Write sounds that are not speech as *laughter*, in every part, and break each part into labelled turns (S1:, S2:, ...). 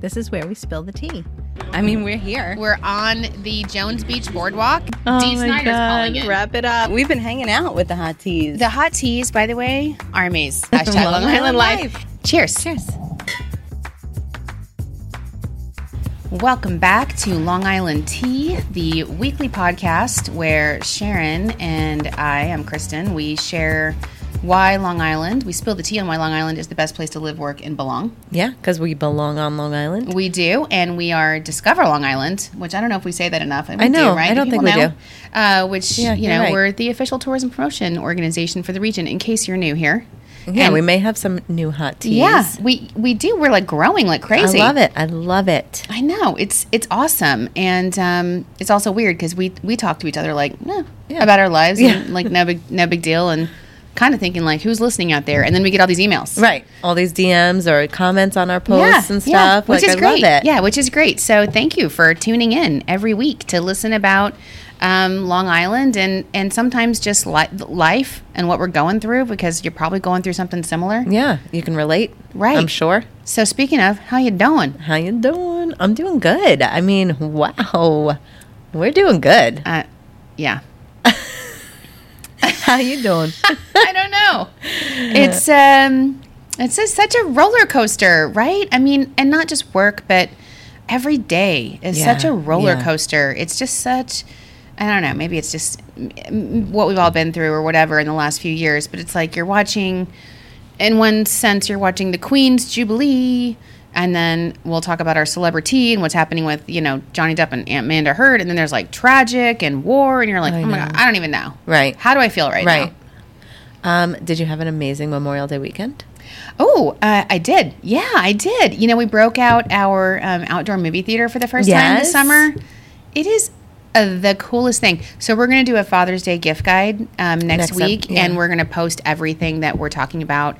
S1: This is where we spill the tea. I mean, we're here.
S2: We're on the Jones Beach Boardwalk.
S1: Oh
S2: Dee
S1: my
S2: Snyder's calling
S1: God,
S2: in.
S1: Wrap it up.
S3: We've been hanging out with the hot teas.
S2: The hot teas, by the way, armies.
S1: *laughs*
S2: Hashtag Long Island Life. Cheers. Cheers. Welcome back to Long Island Tea, the weekly podcast where Sharon and I, I'm Kristen, we share why Long Island, we spill the tea on why Long Island is the best place to live, work, and belong.
S3: yeah, because we belong on Long Island.
S2: We do, and we are Discover Long Island, which I don't know if we say that enough.
S3: I know,
S2: do, right?
S3: I don't
S2: Do
S3: think
S2: people
S3: we
S2: know?
S3: do.
S2: Uh, which
S3: Yeah,
S2: you
S3: you're
S2: know,
S3: right.
S2: we're the official tourism promotion organization for the region. In case you're new here,
S3: Yeah,
S2: And-
S3: we may have some new hot teas.
S2: yeah, we we do. We're like growing like
S3: I
S2: crazy.
S3: love it. I love it.
S2: I know it's it's awesome, and um, it's also weird because we we talk to each other like eh,
S3: Yeah.
S2: about our lives,
S3: Yeah.
S2: and like no big no big deal, and kind of thinking like who's listening out there, and then we get all these emails,
S3: Right. All these DMs or comments on our posts and stuff.
S2: which
S3: like,
S2: is
S3: I
S2: great.
S3: love it.
S2: Yeah, which is great. So thank you for tuning in every week to listen about um, Long Island and and sometimes just li- life and what we're going through because you're probably going through something similar.
S3: Yeah. You can relate.
S2: Right.
S3: I'm sure.
S2: So speaking of, how you doing?
S3: How you doing? I'm doing good. I mean, wow. We're doing
S2: *laughs*
S3: good.
S2: Uh, yeah,
S3: How you doing?
S2: I don't know.
S3: *laughs*
S2: It's um, it's just such a roller coaster, right? I mean, and not just work, but every day is
S3: Yeah,
S2: such a roller
S3: yeah.
S2: coaster. It's just such. I don't know. Maybe it's just mm, mm, what we've all been through or whatever in the last few years. But it's like you're watching. In one sense, you're watching the Queen's Jubilee. And then we'll talk about our celebrity and what's happening with, you know, Johnny Depp and Aunt Amanda Heard. And then there's like tragic and war. And you're like,
S3: I
S2: oh my
S3: know.
S2: God, I don't even know.
S3: Right.
S2: How do I feel right, now?
S3: right. Um, did you have an amazing Memorial Day weekend?
S2: Oh, uh, I did. Yeah, I did. You know, we broke out our um, outdoor movie theater for the first time
S3: Yes.
S2: this summer. It is uh, the coolest thing. So we're going to do a Father's Day gift guide um, next,
S3: Next up,
S2: week,
S3: yeah.
S2: and we're going to post everything that we're talking about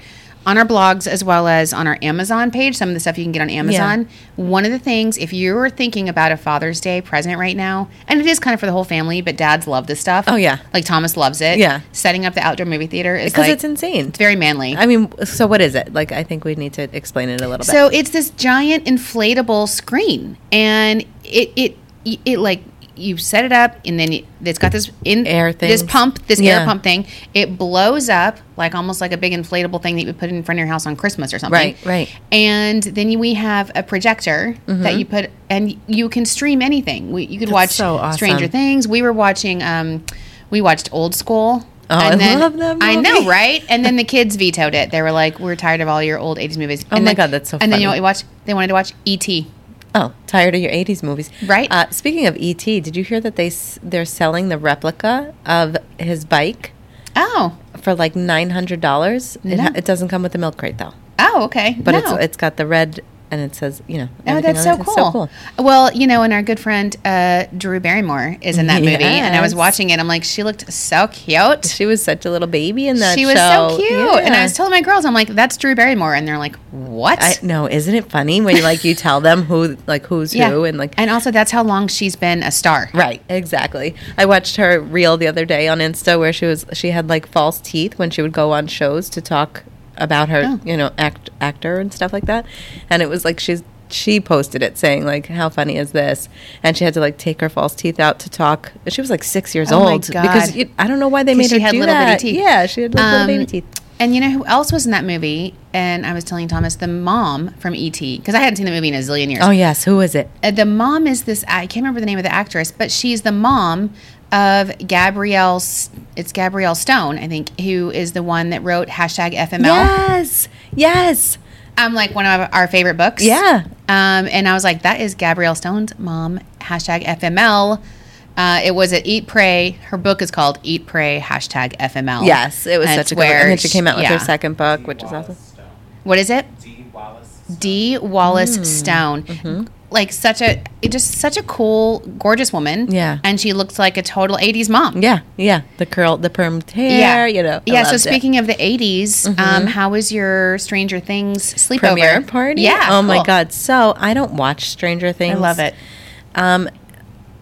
S2: on our blogs as well as on our Amazon page. Some of the stuff you can get on Amazon. One of the things, if you're thinking about a Father's Day present right now, and it is kind of for the whole family, but dads love this stuff.
S3: Oh, yeah.
S2: like Thomas loves it.
S3: Yeah.
S2: setting up the outdoor movie theater is
S3: Because
S2: like,
S3: it's insane.
S2: it's very manly.
S3: I mean, so what is it? Like, I think we need to explain it a little bit.
S2: So it's this giant inflatable screen, and it it it like you set it up, and then it, it's got this in
S3: Air
S2: this
S3: things.
S2: pump, this
S3: Yeah.
S2: air pump thing. It blows up like almost like a big inflatable thing that you put in front of your house on Christmas or something.
S3: Right, right.
S2: And then you- we have a projector that you put, and you can stream anything. We, you could watch
S3: Mm-hmm. so awesome.
S2: Stranger Things. We were watching, um, we watched Old School.
S3: Oh, I love that
S2: I know,
S3: movie.
S2: right?
S3: *laughs*
S2: And then the kids vetoed it. They were like, "We're tired of all your old '80s movies."
S3: Oh
S2: And
S3: my
S2: then-
S3: God, that's so
S2: And then you know what
S3: funny.
S2: we watched? They wanted to watch E E.T.
S3: oh, tired of your '80s movies,
S2: Right.
S3: Uh, speaking of ET, did you hear that they s- they're selling the replica of his bike
S2: Oh,
S3: for like nine hundred dollars? It,
S2: No.
S3: ha- it doesn't come with the milk crate though,
S2: oh, okay.
S3: but
S2: No.
S3: it's it's got the red and it says you know.
S2: Oh,
S3: everything
S2: that's so
S3: on it.
S2: cool.
S3: It's so cool.
S2: Well, you know, and our good friend uh, Drew Barrymore is in that movie, and I was
S3: Yes.
S2: watching it. I'm like, she looked so cute.
S3: She was such a little baby in that.
S2: She was so
S3: show.
S2: cute, and I was telling my girls, I'm like, that's Drew Barrymore, and they're like, what?
S3: I no, isn't it funny when you like you tell them who like who's who and like
S2: and also that's how long she's been a star.
S3: Right, exactly. I watched her reel the other day on Insta where she was she had like false teeth when she would go on shows to talk about her,
S2: Oh.
S3: you know, act actor and stuff like that. And it was like she's she posted it saying like how funny is this and she had to like take her false teeth out to talk she was like six years
S2: Oh my
S3: old
S2: God.
S3: because you, i don't know why they
S2: 'Cause
S3: made
S2: she
S3: her
S2: had
S3: do
S2: little bitty
S3: that.
S2: teeth.
S3: yeah she had like, little baby
S2: Um,
S3: teeth
S2: And you know who else was in that movie? And I was telling Thomas the mom from ET because I hadn't seen the movie in a zillion years.
S3: oh yes who is it
S2: Uh, the mom is this I can't remember the name of the actress, but she's the mom of Gabrielle. S- It's Gabrielle Stone, I think, who is the one that wrote hashtag FML.
S3: yes yes
S2: I'm like one of our favorite books.
S3: Yeah.
S2: Um, and I was like, that is Gabrielle Stone's mom, hashtag FML. Uh, it was at Eat Pray. Her book is called Eat Pray, hashtag FML.
S3: yes it was
S2: And
S3: such
S2: it's
S3: a good one.
S2: where
S3: and then she came out with her
S2: yeah.
S3: second book which is awesome
S2: What is it?
S4: D. Wallace.
S2: D. Wallace
S3: Mm-hmm.
S2: Stone. Like such a it just such a cool, gorgeous woman.
S3: Yeah.
S2: And she looks like a total eighties mom.
S3: Yeah, yeah. The curl, the perm hair, you know. I
S2: Yeah, so
S3: loved it. Mm-hmm.
S2: speaking of the 80s, um, how was your Stranger Things sleepover?
S3: premiere party.
S2: Yeah.
S3: Oh my
S2: cool.
S3: god. So I don't watch Stranger Things.
S2: I love it.
S3: Um,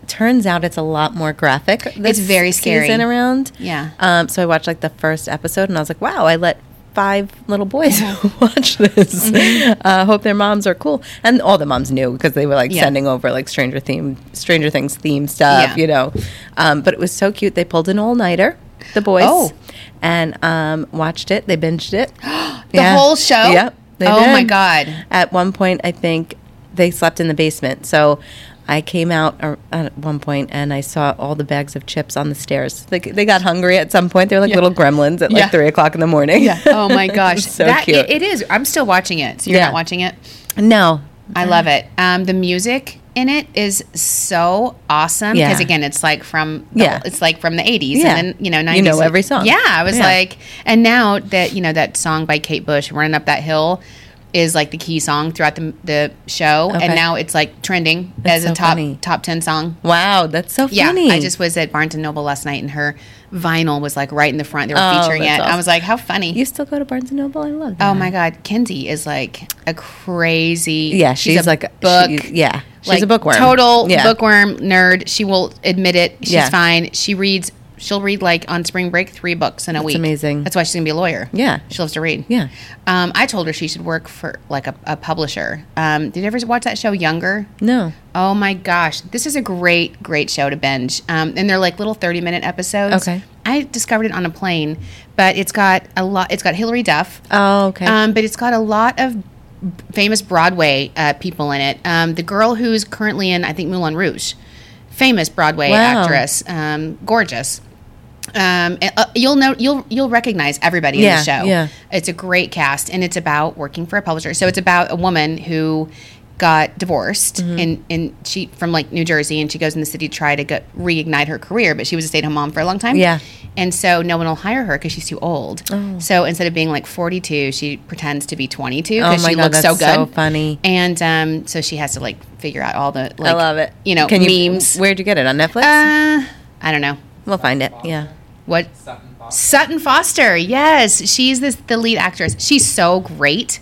S3: turns out it's a lot more graphic. This
S2: very scary.
S3: Season around.
S2: Yeah.
S3: Um, so I watched like the first episode and I was like, wow, I let five little boys *laughs* who watch this.
S2: Mm-hmm.
S3: Uh, hope their moms are cool, and all the moms knew because they were like
S2: Yeah.
S3: sending over like Stranger theme, Stranger Things theme stuff,
S2: Yeah.
S3: you know. Um, but it was so cute. They pulled an all nighter, the boys,
S2: Oh.
S3: and um, watched it. They binged
S2: *gasps*
S3: it.
S2: The whole show?
S3: Yep.
S2: Oh my
S3: did.
S2: God.
S3: At one point, I think they slept in the basement. So I came out ar- at one point and I saw all the bags of chips on the stairs. They, they got hungry at some point. They're like little gremlins at
S2: Yeah.
S3: like three o'clock in the morning. Yeah.
S2: *laughs* Oh
S3: *laughs*
S2: my gosh,
S3: so
S2: that
S3: cute.
S2: It, it is. I'm still watching it. So you're
S3: Yeah.
S2: not watching it.
S3: no.
S2: I love it. Um, the music in it is so awesome
S3: Yeah.
S2: because again, it's like from the,
S3: Yeah.
S2: it's like from the 80s
S3: Yeah.
S2: and then you know 90s.
S3: You know every song.
S2: Yeah, I was
S3: Yeah.
S2: like, and now that you know that song by Kate Bush, "Running Up That Hill." Is like the key song throughout the, the show,
S3: Okay.
S2: and now it's like trending
S3: That's
S2: as
S3: so
S2: a top
S3: funny.
S2: top ten song.
S3: Wow, that's so
S2: Yeah,
S3: funny.
S2: I just was at Barnes and Noble last night, and her vinyl was like right in the front. They were
S3: Oh,
S2: featuring it.
S3: that's
S2: I
S3: awesome.
S2: was like, how funny!
S3: You still go to Barnes and Noble? I love that.
S2: Oh my God, Kenzie is like a crazy.
S3: Yeah, she's,
S2: a
S3: like a
S2: book.
S3: she- yeah, she's
S2: like,
S3: a bookworm.
S2: Total
S3: Yeah.
S2: bookworm nerd. She will admit it. She's
S3: Yeah.
S2: fine. She reads. She'll read like on spring break three books in a week.
S3: amazing.
S2: That's why she's gonna be a lawyer.
S3: Yeah.
S2: she loves to read.
S3: Yeah.
S2: Um, I told her she should work for like a, a publisher. Um, did you ever watch that show Younger?
S3: No.
S2: Oh my gosh, this is a great, great show to binge. Um, and they're like little thirty-minute episodes.
S3: Okay.
S2: I discovered it on a plane, but it's got a lot. It's got Hilary Duff.
S3: Oh, okay.
S2: Um, but it's got a lot of famous Broadway uh, people in it. Um, the girl who's currently in, I think, Moulin Rouge, famous Broadway
S3: Wow.
S2: actress, um, gorgeous. Um, and, uh, you'll know you'll you'll recognize everybody
S3: Yeah,
S2: in the show.
S3: yeah.
S2: it's a great cast, and it's about working for a publisher. So it's about a woman who got divorced
S3: Mm-hmm.
S2: and and she from like New Jersey and she goes in the city to try to get, reignite her career but she was a stay-at-home mom for a long time
S3: Yeah. Oh.
S2: and so no one will hire her because she's too old. So instead of being like 42, she pretends to be 22
S3: Oh
S2: because she looks so good.
S3: so funny.
S2: And um, so she has to like figure out all the
S3: I
S2: like,
S3: love it.
S2: You know,
S3: Can you,
S2: memes.
S3: Where'd you get it on Netflix?
S2: uh, I don't know
S3: we'll find it. Yeah.
S2: what
S4: Sutton Fox.
S2: Sutton Foster. Yes, she's this, the lead actress. She's so great,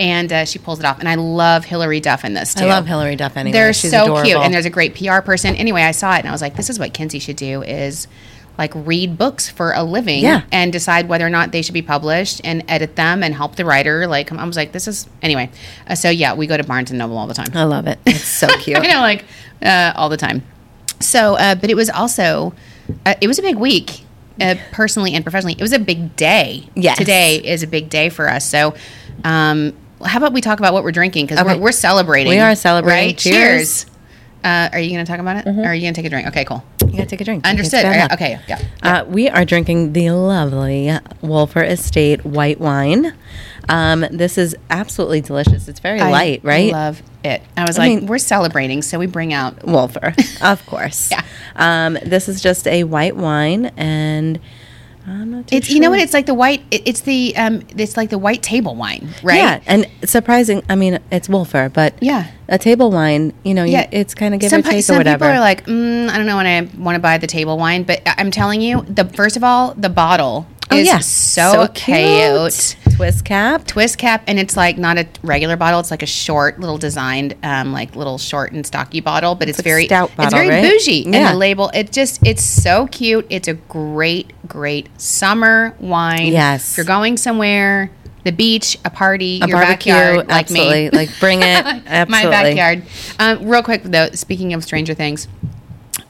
S2: and uh, she pulls it off. And I love Hilary Duff in this too.
S3: I love Hillary Duff anyway.
S2: They're
S3: She's
S2: so
S3: adorable.
S2: cute, and there's a great PR person. Anyway, I saw it and I was like, this is what Kinsey should do: is like read books for a living
S3: Yeah.
S2: and decide whether or not they should be published and edit them and help the writer. Like I was like, this is anyway. Uh, so yeah, we go to Barnes and Noble all the time.
S3: I love it. It's
S2: *laughs*
S3: so cute.
S2: you know, like uh, all the time. So, uh, but it was also uh, it was a big week. Uh, personally and professionally, it was a big day.
S3: Yes.
S2: today is a big day for us. So, um, how about we talk about what we're drinking because
S3: Okay.
S2: we're, we're celebrating.
S3: We are celebrating.
S2: Right?
S3: Cheers. Mm-hmm.
S2: Cheers. Uh, are you going to talk about it? Or are you going to take a drink? Okay, cool.
S3: You gotta take a drink.
S2: Understood.
S3: It's bad
S2: Okay,
S3: luck.
S2: okay, yeah.
S3: Uh, we are drinking the lovely Wolfer Estate white wine. Um, this is absolutely delicious. It's very light, right?
S2: Love it. I was
S3: I
S2: like,
S3: mean-
S2: we're celebrating, so we bring out. *laughs*
S3: Wolfer, of course.
S2: Yeah.
S3: Um, this is just a white wine, and I'm not too
S2: It's
S3: sure.
S2: you know what? It's like the white. It, it's the um. It's like the white table wine, right?
S3: Yeah, and surprising. I mean, it's Wolfer, but
S2: Yeah.
S3: a table wine. You know,
S2: Yeah.
S3: you, it's kind of give
S2: some,
S3: or
S2: pe-
S3: take
S2: some
S3: or whatever.
S2: people are like, mm, I don't know when I want to buy the table wine, but I- I'm telling you, the first of all, the bottle
S3: oh
S2: is
S3: yeah,
S2: so, cute.
S3: twist cap.
S2: Twist cap, and it's like not a regular bottle. It's like a short, little designed, um, like little short and stocky bottle, but it's,
S3: like
S2: very
S3: stout
S2: It's
S3: bottle,
S2: very
S3: right?
S2: bougie,
S3: Yeah.
S2: and the label. It just, it's so cute. It's a great, great summer wine.
S3: Yes.
S2: if you're going somewhere, the beach, a party,
S3: a
S2: your
S3: barbecue,
S2: backyard, like me,
S3: absolutely. Like bring it,
S2: *laughs* my
S3: absolutely.
S2: backyard. Um, real quick though, speaking of Stranger Things.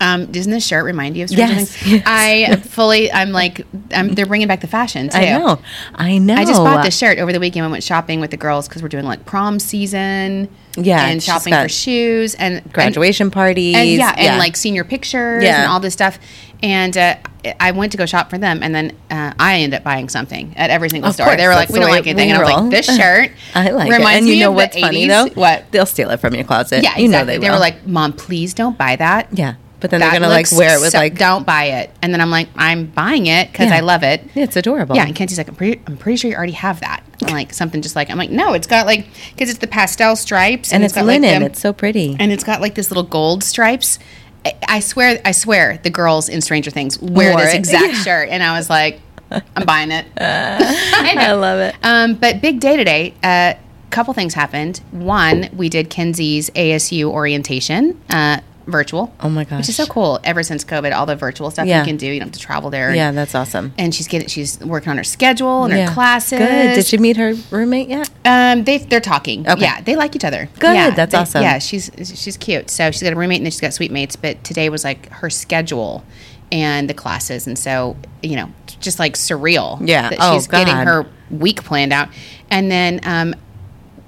S2: Um, doesn't this shirt remind you of Stranger
S3: Yes, *laughs*
S2: Things?
S3: yes,
S2: I fully, I'm like, I'm, they're bringing back the fashion too.
S3: I know, I know.
S2: I just bought this shirt over the weekend. I went shopping with the girls because we're doing like prom season,
S3: Yeah,
S2: and
S3: she's
S2: shopping
S3: got
S2: for shoes and and-
S3: graduation parties,
S2: and, yeah, and like senior pictures
S3: Yeah.
S2: and all this stuff. And uh, I went to go shop for them, and then uh, I ended up buying something at every single
S3: Of
S2: store.
S3: course,
S2: they were like,
S3: that's
S2: "We
S3: the
S2: don't
S3: way
S2: like anything,"
S3: we
S2: and I'm
S3: roll. *laughs*
S2: like, "This shirt
S3: I like
S2: reminds
S3: it. And you
S2: me
S3: know
S2: of
S3: what's
S2: the
S3: funny
S2: 80s.
S3: though? *laughs*
S2: What?
S3: They'll steal it from your closet.
S2: Yeah,
S3: you know
S2: exactly.
S3: they,
S2: were
S3: will.
S2: like, "Mom, please don't buy that."
S3: yeah, but then they're
S2: That
S3: gonna like
S2: looks
S3: wear it with
S2: so-
S3: like,
S2: don't buy it. And then I'm like, I'm buying it because
S3: Yeah.
S2: I love it.
S3: yeah, it's adorable.
S2: Yeah, and Kenzie's like, I'm pretty, I'm pretty sure you already have that. And like something just like I'm like, no, it's got like because it's the pastel stripes
S3: and it's
S2: got
S3: linen.
S2: Like them-
S3: it's so pretty.
S2: and it's got like this little gold stripes. I, I swear, I swear, the girls in Stranger Things wear
S3: Wore
S2: this
S3: it.
S2: exact
S3: Yeah.
S2: shirt, and I was like, I'm
S3: *laughs*
S2: buying it. I, know.
S3: I love it.
S2: Um, but big day today. A couple things happened. One, we did Kenzie's ASU orientation. Uh, virtual.
S3: Oh my
S2: Which is so
S3: gosh.
S2: cool. Ever since COVID, all the virtual stuff
S3: Yeah.
S2: you can do, you don't have to travel there.
S3: Yeah, that's awesome.
S2: And she's getting she's working on her schedule and
S3: Yeah.
S2: her classes.
S3: Good. Did you meet her roommate yet?
S2: Um, they they're talking.
S3: Okay.
S2: Yeah, they like each other.
S3: Good,
S2: Yeah,
S3: that's
S2: they-
S3: awesome.
S2: Yeah, she's she's cute. So she's got a roommate and then she's got sweet mates. But today was like her schedule and the classes, and so you know, just like surreal.
S3: Yeah.
S2: that
S3: Oh,
S2: she's getting
S3: God.
S2: her week planned out, and then um.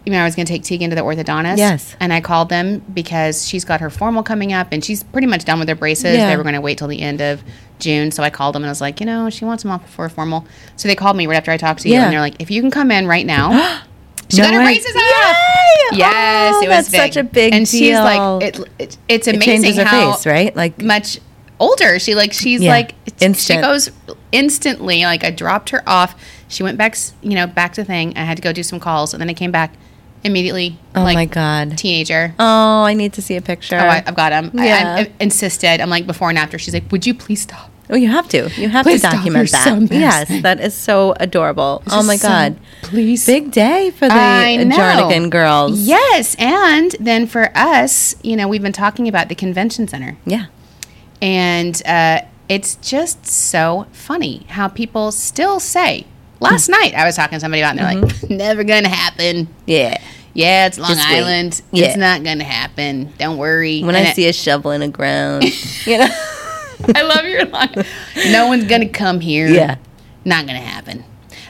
S2: You know, I was going to take Tegan to the orthodontist.
S3: Yes.
S2: And I called them because she's got her formal coming up and she's pretty much done with her braces.
S3: Yeah.
S2: They were going to wait till the end of June. So I called them and I was like, you know, she wants them off before formal. So they called me right after I talked to you
S3: Yeah.
S2: and they're like, if you can come in
S3: *gasps*
S2: right now, she
S3: No
S2: got her
S3: way.
S2: braces off.
S3: Yay!
S2: Yes,
S3: Oh,
S2: it was
S3: that's such
S2: big.
S3: a big
S2: And she's
S3: deal.
S2: like, it, it, it's
S3: It
S2: amazing
S3: changes her
S2: how
S3: face, right? Like
S2: much older she like. She's
S3: Yeah,
S2: like, it's-
S3: instant.
S2: she goes instantly. Like I dropped her off. She went back, s- you know, back to thing. I had to go do some calls, and then I came back immediately.
S3: Oh
S2: like,
S3: my God.
S2: teenager.
S3: Oh, I need to see a picture.
S2: Oh, I, I've got him.
S3: Yeah.
S2: I, I insisted. I'm like before and after. She's like, would you please stop?
S3: Oh, you have to. You have
S1: Please
S3: to
S1: stop.
S3: document
S1: You're so
S3: that. yes,
S1: embarrassing.
S3: that is so adorable. oh my
S1: is so-
S3: god.
S1: please.
S3: Big day for the
S2: I know.
S3: Jarnigan girls.
S2: Yes, and then for us, you know, we've been talking about the convention center.
S3: Yeah.
S2: And uh, it's just so funny how people still say.
S3: Hmm.
S2: Last night, I was talking to somebody about, it and they're like,
S3: Mm-hmm.
S2: *laughs* "Never gonna happen."
S3: Yeah.
S2: Yeah, it's Long
S3: Just wait.
S2: Island.
S3: Yeah.
S2: It's not gonna happen. Don't worry.
S3: When I see a shovel in the
S2: *laughs*
S3: ground, *laughs* you know.
S2: I love your line. No one's gonna come here.
S3: Yeah.
S2: not gonna happen.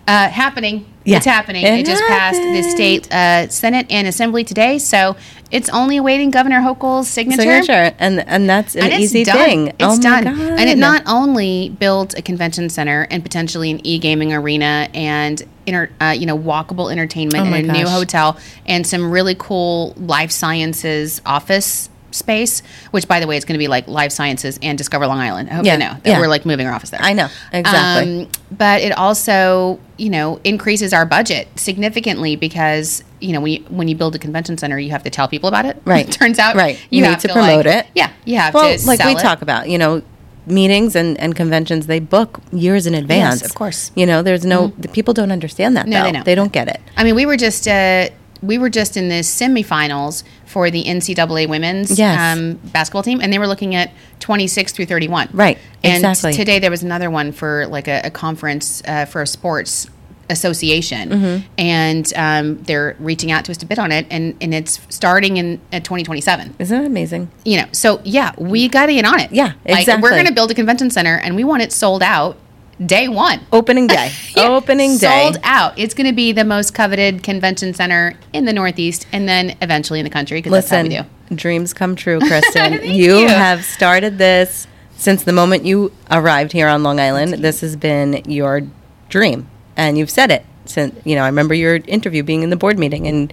S2: Uh, happening.
S3: Yeah.
S2: It's happening.
S3: It
S2: It, just passed the
S3: happened.
S2: state uh, senate and assembly today, so it's only awaiting Governor Hochul's signature.
S3: Signature. And and that's an
S2: and it's
S3: easy
S2: done.
S3: thing.
S2: It's
S3: oh my
S2: done.
S3: god.
S2: And it not only builds a convention center and potentially an e-gaming arena and inter, uh, you know walkable entertainment
S3: Oh my
S2: and a new
S3: gosh.
S2: hotel and some really cool life sciences office space. Which, by the way, it's going to be like life sciences and Discover Long Island. I hope
S3: Yeah.
S2: you know that
S3: Yeah.
S2: we're like moving our office there.
S3: I know. Exactly.
S2: Um, but it also, you know, increases our budget significantly because you know when you, when you build a convention center, you have to tell people about it.
S3: Right.
S2: *laughs* Turns out,
S3: Right. You need
S2: have
S3: to
S2: like-
S3: promote it.
S2: Yeah, you have
S3: well,
S2: to.
S3: like
S2: sell
S3: we
S2: it.
S3: talk about, you know, meetings and, and conventions, they book years in advance.
S2: of course. Mm-hmm.
S3: You know, there's no the people don't understand that
S2: No,
S3: though.
S2: they don't.
S3: don't get it.
S2: I mean, we were just uh, we were just in the semifinals for the NCAA women's um,
S3: Yes.
S2: basketball team, and they were looking at twenty six through thirty one.
S3: Right,
S2: And
S3: exactly.
S2: today there was another one for like a, a conference uh, for a sports association,
S3: Mm-hmm.
S2: and um, they're reaching out to us to bid on it, and and it's starting in at twenty twenty seven.
S3: Isn't that amazing?
S2: You know, so yeah, we got to get on it.
S3: Yeah,
S2: Like
S3: exactly.
S2: we're going to build a convention center, and we want it sold out day one.
S3: Opening day.
S2: *laughs* Yeah,
S3: Opening day.
S2: Sold out. It's going to be the most coveted convention center in the Northeast and then eventually in the country because that's how we do.
S3: Listen, dreams come
S2: *laughs*
S3: true, Kristen. you,
S2: you.
S3: have started this since the moment you arrived here on Long Island. This has been your dream, and you've said it since. You know, I remember your interview being in the board meeting and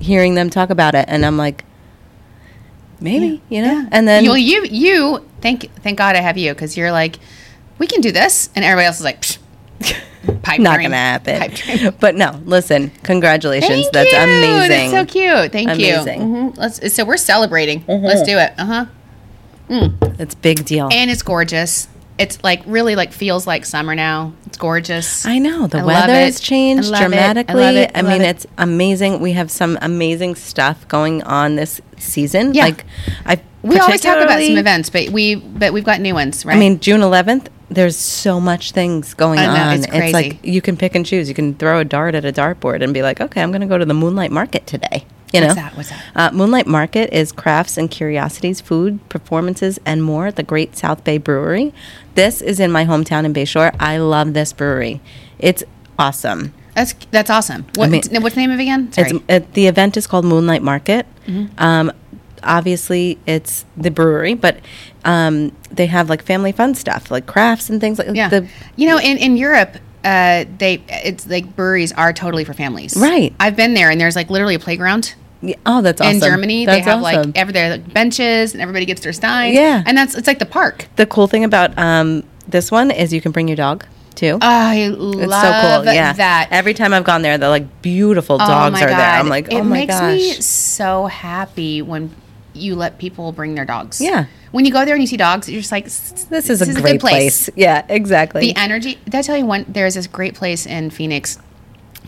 S3: hearing them talk about it, and I'm like, maybe, you know. And then *laughs*
S2: you, you, you thank, thank God I have you because you're like, we can do this. And everybody else is like, Psh, pipe
S3: not
S2: dream,
S3: gonna happen.
S2: Pipe dream.
S3: But no, listen, congratulations.
S2: Thank
S3: That's
S2: you.
S3: amazing.
S2: That's so cute. Thank
S3: Amazing.
S2: you. Mhm. Let's, so we're celebrating. Let's do it. Uh huh.
S3: It's big deal.
S2: And it's gorgeous. It's like really like feels like summer now. It's gorgeous.
S3: I know the
S2: I love
S3: weather has
S2: it.
S3: changed
S2: I love it. I
S3: dramatically.
S2: love it. I
S3: I mean,
S2: love it.
S3: it's amazing. We have some amazing stuff going on this season.
S2: Yeah.
S3: Like I,
S2: We always talk about some
S3: particularly-
S2: events, but we but we've got new ones, right?
S3: I mean, June 11th. There's so much things going
S2: I know,
S3: on.
S2: it's
S3: like
S2: crazy.
S3: you can pick and choose. You can throw a dart at a dartboard and be like, okay, I'm going to go to the Moonlight Market today. You know,
S2: What's that? What's that?
S3: Uh, Moonlight Market is crafts and curiosities, food, performances, and more at the Great South Bay Brewery. This is in my hometown in Bayshore. I love this brewery. It's awesome.
S2: That's that's awesome. What,
S3: mean-
S2: n- what's the name of it again? Sorry. Mm-hmm.
S3: It's, it, the event is called Moonlight Market. Um, obviously, it's the brewery, but um, they have like family fun stuff, like crafts and things like
S2: yeah.
S3: the
S2: you know, in in Europe, uh, they it's like breweries are totally for families.
S3: Right.
S2: I've been there, and there's like literally a playground.
S3: Yeah, Oh, that's awesome.
S2: In Germany,
S3: that's
S2: they have
S3: awesome.
S2: like every there are, like benches, and everybody gets their stein.
S3: Yeah.
S2: and that's it's like the park.
S3: the cool thing about um, this one is you can bring your dog too.
S2: I
S3: it's
S2: Oh, love
S3: so cool. Yeah,
S2: that.
S3: Every time I've gone there, the like beautiful
S2: Oh
S3: dogs
S2: my
S3: are there. I'm
S2: God.
S3: like,
S2: it
S3: oh my
S2: makes
S3: gosh.
S2: me so happy when you let people bring their dogs.
S3: Yeah.
S2: when you go there and you see dogs, you're just like, "S-
S3: this is a great place. Yeah, exactly.
S2: the energy did i tell you one there's this great place in phoenix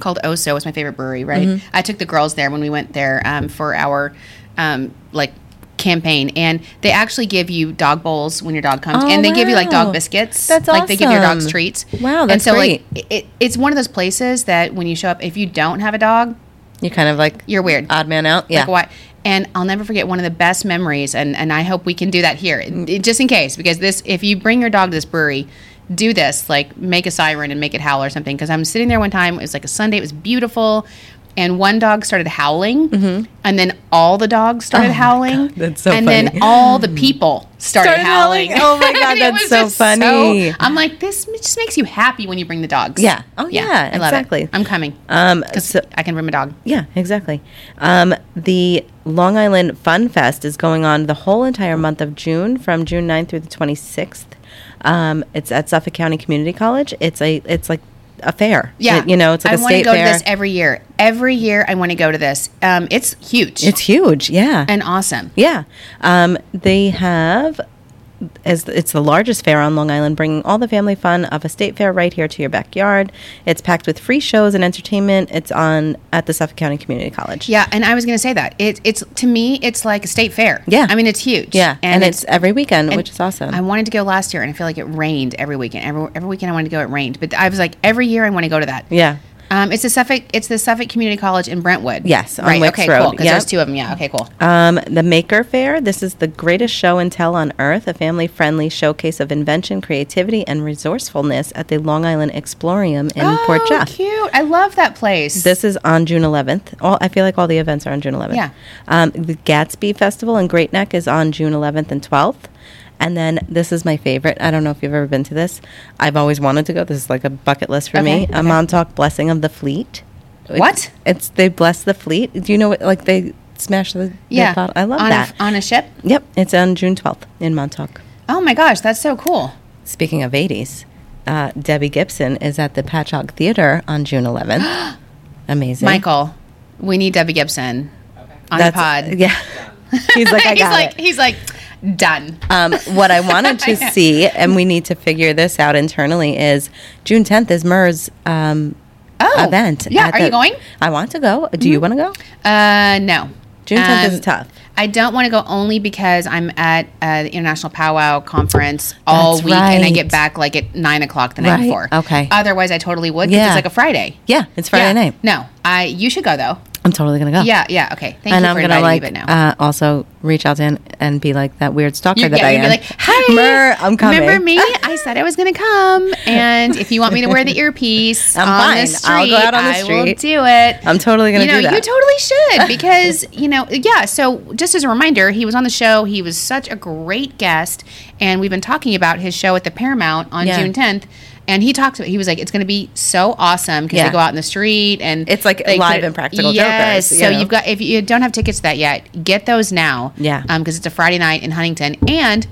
S2: called oso
S3: Mm-hmm.
S2: it's my favorite brewery right i took the girls there when we went there um, for our um, like campaign, and they actually give you dog bowls when your dog comes,
S3: Oh,
S2: and they give you like
S3: wow.
S2: dog biscuits.
S3: That's
S2: like they give your dogs
S3: awesome.
S2: treats.
S3: Wow,
S2: and
S3: that's
S2: so
S3: great.
S2: like it, it's one of those places that when you show up, if you don't have a dog,
S3: You're kind of like
S2: you're weird.
S3: odd man out. Yeah.
S2: Like why? And I'll never forget one of the best memories, and, and I hope we can do that here,
S3: Mm.
S2: it- just in case, because this, if you bring your dog to this brewery, do this, like make a siren and make it howl or something. Because I'm sitting there one time, it was like a Sunday, it was beautiful, and one dog started howling,
S3: Mm-hmm.
S2: and then all the dogs started howling,
S3: Oh that's so
S2: and
S3: funny. Mm.
S2: then all the people started,
S3: Started howling.
S2: howling.
S3: Oh my God,
S2: *laughs* And it
S3: that's
S2: was
S3: so
S2: just
S3: funny.
S2: I'm like, this just makes you happy when you bring the dogs.
S3: Yeah. Oh, yeah,
S2: I love it.
S3: exactly.
S2: I'm coming.
S3: Um,
S2: 'Cause
S3: so-
S2: I can bring my dog.
S3: Yeah, exactly. Um, the Long Island Fun Fest is going on the whole entire month of June, from June 9th through the 26th. Um, it's at Suffolk County Community College. It's a it's like a fair.
S2: Yeah,
S3: It- you know, it's like
S2: I
S3: a
S2: want to
S3: state
S2: go
S3: fair.
S2: to this every year. Every year, I want to go to this. Um, it's huge
S3: it's huge. Yeah.
S2: and awesome.
S3: Yeah, um, they have. As it's the largest fair on Long Island, bringing all the family fun of a state fair right here to your backyard. It's packed with free shows and entertainment. It's on at the Suffolk County Community College.
S2: Yeah, and I was going to say that it, it's to me, it's like a state fair.
S3: Yeah.
S2: I mean it's huge.
S3: yeah,
S2: and, it's,
S3: every weekend,
S2: and
S3: which is awesome.
S2: I wanted to go last year, and I feel like it rained every weekend. Every every weekend I wanted to go, it rained. But I was like, every year I want to go to that.
S3: yeah,
S2: Um, it's the Suffolk. It's the Suffolk Community College in Brentwood.
S3: Yes, on
S2: right.
S3: Wicks
S2: okay,
S3: Road.
S2: cool. Because
S3: Yep.
S2: there's two of them. Yeah. Okay, cool.
S3: Um, the Maker Fair. This is the greatest show and tell on earth, a family friendly showcase of invention, creativity, and resourcefulness at the Long Island Explorium in Port Jeff.
S2: Oh, cute! I love that place.
S3: This is on June 11th. All I feel like all the events are on June 11th.
S2: Yeah.
S3: Um, the Gatsby Festival in Great Neck is on June 11th and 12th. And then this is my favorite. I don't know if you've ever been to this. I've always wanted to go. This is like a bucket list for me.
S2: Okay,
S3: A
S2: okay.
S3: Montauk Blessing of the Fleet. It's-
S2: What?
S3: It's they bless the fleet. Do you know what? Like they smash the, the
S2: yeah,
S3: bottle. I love
S2: on
S3: that.
S2: A, on a ship.
S3: Yep, it's on June 12th in Montauk.
S2: Oh my gosh, that's so cool.
S3: Speaking of 80s, uh, Debbie Gibson is at the Patchogue Theater on June
S2: *gasps*
S3: 11th. Amazing.
S2: Michael, we need Debbie Gibson on
S3: That's-
S2: the
S3: *laughs*
S2: pod.
S3: Yeah. He's
S2: *laughs*
S3: like, I
S2: he's
S3: got
S2: like,
S3: it.
S2: he's like, done.
S3: Um, what I
S2: *laughs*
S3: wanted to see, and we need to figure this out internally, is June 10th is MERS um,
S2: Oh,
S3: event.
S2: yeah,
S3: at
S2: are you going?
S3: I want to go. Do you want to go?
S2: Uh, no.
S3: June 10th is
S2: Um,
S3: tough.
S2: I don't want to go only because I'm at uh, the International Powwow Conference all
S3: That's
S2: week and I
S3: right.
S2: get back like at nine o'clock the night
S3: Right,
S2: before.
S3: okay.
S2: Otherwise, I totally would because
S3: Yeah.
S2: it's like a Friday.
S3: Yeah, it's Friday
S2: Yeah.
S3: night.
S2: No, I. You should go though.
S3: I'm totally going to go.
S2: Yeah, yeah. Okay. Thank
S3: and
S2: you
S3: I'm
S2: for
S3: gonna
S2: inviting
S3: like
S2: me, but no.
S3: uh, also reach out to him and be like that weird stalker
S2: You-
S3: that
S2: yeah,
S3: I
S2: you'd
S3: am.
S2: be like,
S3: *laughs*
S2: "Hi,
S3: Mer, I'm coming." *laughs*
S2: Remember me? I said I was going to come, and if you want me to wear the earpiece
S3: I'm
S2: on
S3: fine.
S2: the
S3: I'll
S2: street,
S3: go out on the
S2: I will
S3: street.
S2: do it.
S3: I'm totally gonna
S2: You know,
S3: do
S2: you
S3: that. *laughs*
S2: totally should because you know, yeah. So just as a reminder, he was on the show. He was such a great guest, and we've been talking about his show at the Paramount on
S3: Yeah.
S2: June 10th. And he talked about he was like, it's going to be so awesome because
S3: Yeah.
S2: they go out in the street and
S3: It's like
S2: they
S3: live
S2: put it-
S3: and practical jokers,
S2: Yes,
S3: you
S2: so
S3: know.
S2: you've got if you don't have tickets to that yet, get those now.
S3: Yeah.
S2: Um, because it's a Friday night in Huntington, and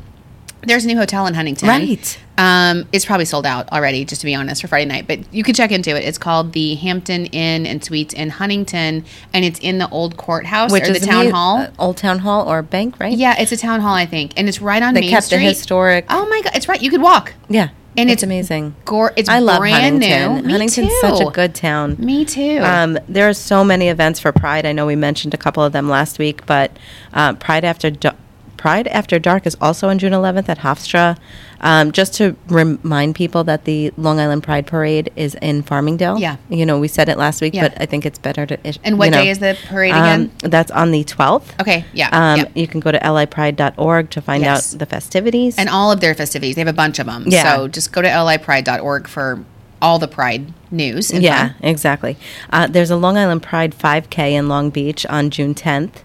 S2: there's a new hotel in Huntington.
S3: Right.
S2: Um, it's probably sold out already, just to be honest, for Friday night. But you can check into it. It's called the Hampton Inn and Suites in Huntington, and it's in the old courthouse
S3: Which
S2: or
S3: is
S2: the town
S3: amu-
S2: hall.
S3: uh, old town hall or bank, right?
S2: yeah, it's a town hall, I think, and it's right on
S3: They
S2: Main
S3: kept the
S2: Street.
S3: historic-
S2: Oh my god, it's right. You could walk.
S3: yeah.
S2: And
S3: it's
S2: it's
S3: amazing.
S2: Gore, it's
S3: I love
S2: brand
S3: Huntington.
S2: new. Me
S3: Huntington's such a
S2: too.
S3: good town.
S2: Me too.
S3: Um, there are so many events for Pride. I know we mentioned a couple of them last week, but uh, Pride after Da- Pride after dark is also on June 11th at Hofstra. Um, just to remind people that the Long Island Pride Parade is in Farmingdale.
S2: Yeah.
S3: you know we said it last week,
S2: Yeah.
S3: but I think it's better to. ish-
S2: And what
S3: you know.
S2: day is the parade
S3: Um,
S2: again?
S3: that's on the 12th.
S2: Okay, yeah,
S3: Um,
S2: yeah.
S3: You can go to lipride.org to find
S2: Yes.
S3: out the festivities.
S2: and all of their festivities. They have a bunch of them.
S3: Yeah.
S2: So just go to lipride.org for all the Pride news. and
S3: Yeah,
S2: fun.
S3: exactly. Uh, there's a Long Island Pride 5K in Long Beach on June 10th.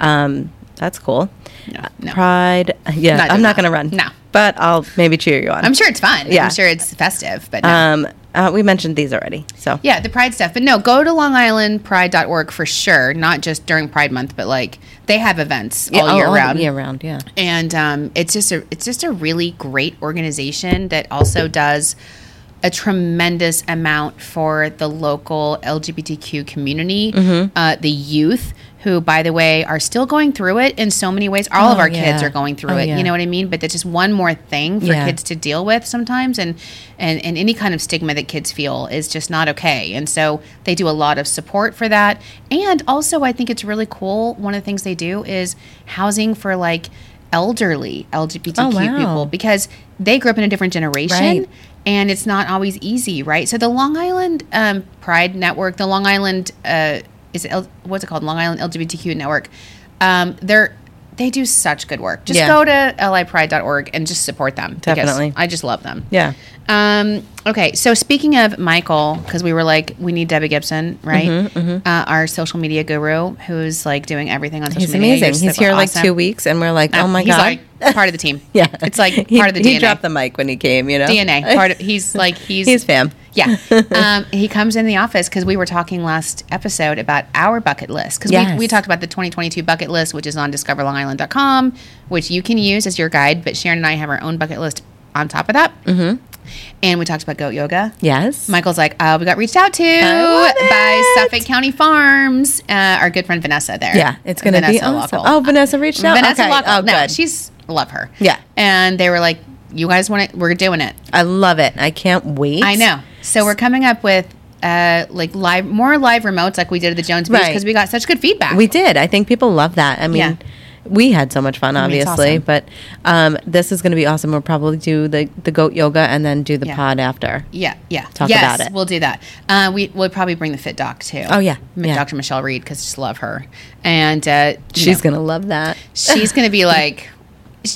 S3: Um, that's cool.
S2: No,
S3: Uh,
S2: no.
S3: Pride. *laughs* Yeah,
S2: Not
S3: I'm
S2: doing
S3: not
S2: that.
S3: going to run.
S2: No.
S3: But I'll maybe cheer you on.
S2: I'm sure it's fun.
S3: Yeah.
S2: I'm sure it's festive, but no.
S3: Um, uh, we mentioned these already. So
S2: yeah, the Pride stuff. But no, go to longislandpride.org for sure, not just during Pride month, but like they have events all
S3: oh,
S2: year round.
S3: Year round, yeah.
S2: and um, it's just a it's just a really great organization that also does a tremendous
S3: Mm-hmm.
S2: amount for the local LGBTQ community, uh, the youth who, by the way, are still going through it in so many ways. All of
S3: Oh,
S2: our kids
S3: yeah.
S2: are going through
S3: Oh,
S2: it.
S3: yeah.
S2: You know what I mean? But that's just one more thing for
S3: Yeah.
S2: kids to deal with sometimes, and, and and any kind of stigma that kids feel is just not okay. And so they do a lot of support for that. And also, I think it's really cool. One of the things they do is housing for like elderly LGBTQ
S3: Oh, wow.
S2: people because they grew up in a different generation
S3: Right.
S2: and it's not always easy, right? So the Long Island um, Pride Network, the Long Island uh, is it L- what's it called? Long Island LGBTQ Network. Um, they're they do such good work. Just
S3: Yeah.
S2: go to lipride.org and just support them. because
S3: Definitely.
S2: I just love them.
S3: Yeah.
S2: Um, okay, so speaking of Michael, because we were like, we need Debbie Gibson, right?
S3: Mm-hmm,
S2: Uh, our social media guru, who's like doing everything on social
S3: He's
S2: media.
S3: amazing.
S2: You're
S3: He's
S2: so
S3: here like
S2: awesome. Uh,
S3: two weeks, and we're like, oh my
S2: he's
S3: god.
S2: like part of the team.
S3: *laughs* yeah,
S2: it's like
S3: He-
S2: part of the
S3: He
S2: DNA.
S3: dropped the mic when he came. You know,
S2: DNA. Part of he's like
S3: *laughs*
S2: he's
S3: He's fam. *laughs*
S2: Yeah, um, he comes in the office because we were talking last episode about our bucket list because
S3: Yes.
S2: we, we talked about the 2022 bucket list, which is on discoverlongisland.com, which you can use as your guide. But Sharon and I have our own bucket list on top of that, mm-hmm. and we talked about goat yoga.
S3: Yes.
S2: Michael's like, uh, we got reached out to
S3: love
S2: by
S3: it.
S2: Suffolk County Farms, uh, our good friend Vanessa there.
S3: yeah, it's gonna be
S2: Vanessa
S3: awesome.
S2: Lockwool.
S3: Oh, Vanessa reached out.
S2: Vanessa
S3: okay.
S2: Lockwool.
S3: Oh,
S2: no,
S3: good.
S2: she's love her.
S3: Yeah.
S2: and they were like, you guys want it? We're doing it.
S3: I love it. I can't wait.
S2: I know. So we're coming up with uh, like live, more live remotes, like we did at the Jones Beach,
S3: Right.
S2: because we got such good feedback.
S3: We did. I think people love that. I mean,
S2: Yeah.
S3: we had so much fun,
S2: mean, it's
S3: obviously,
S2: awesome.
S3: but um, this is going to be awesome. We'll probably do the, the goat yoga and then do the
S2: Yeah.
S3: pod after.
S2: yeah, yeah.
S3: Talk
S2: yes,
S3: about it.
S2: We'll do that. Uh, we we'll probably bring the fit doc too.
S3: Oh, yeah.
S2: M-
S3: Yeah.
S2: Dr. Michelle Reed, because just love her, and uh,
S3: She's
S2: she's
S3: going to love that.
S2: gonna, *laughs* she's gonna be
S3: *laughs*
S2: like.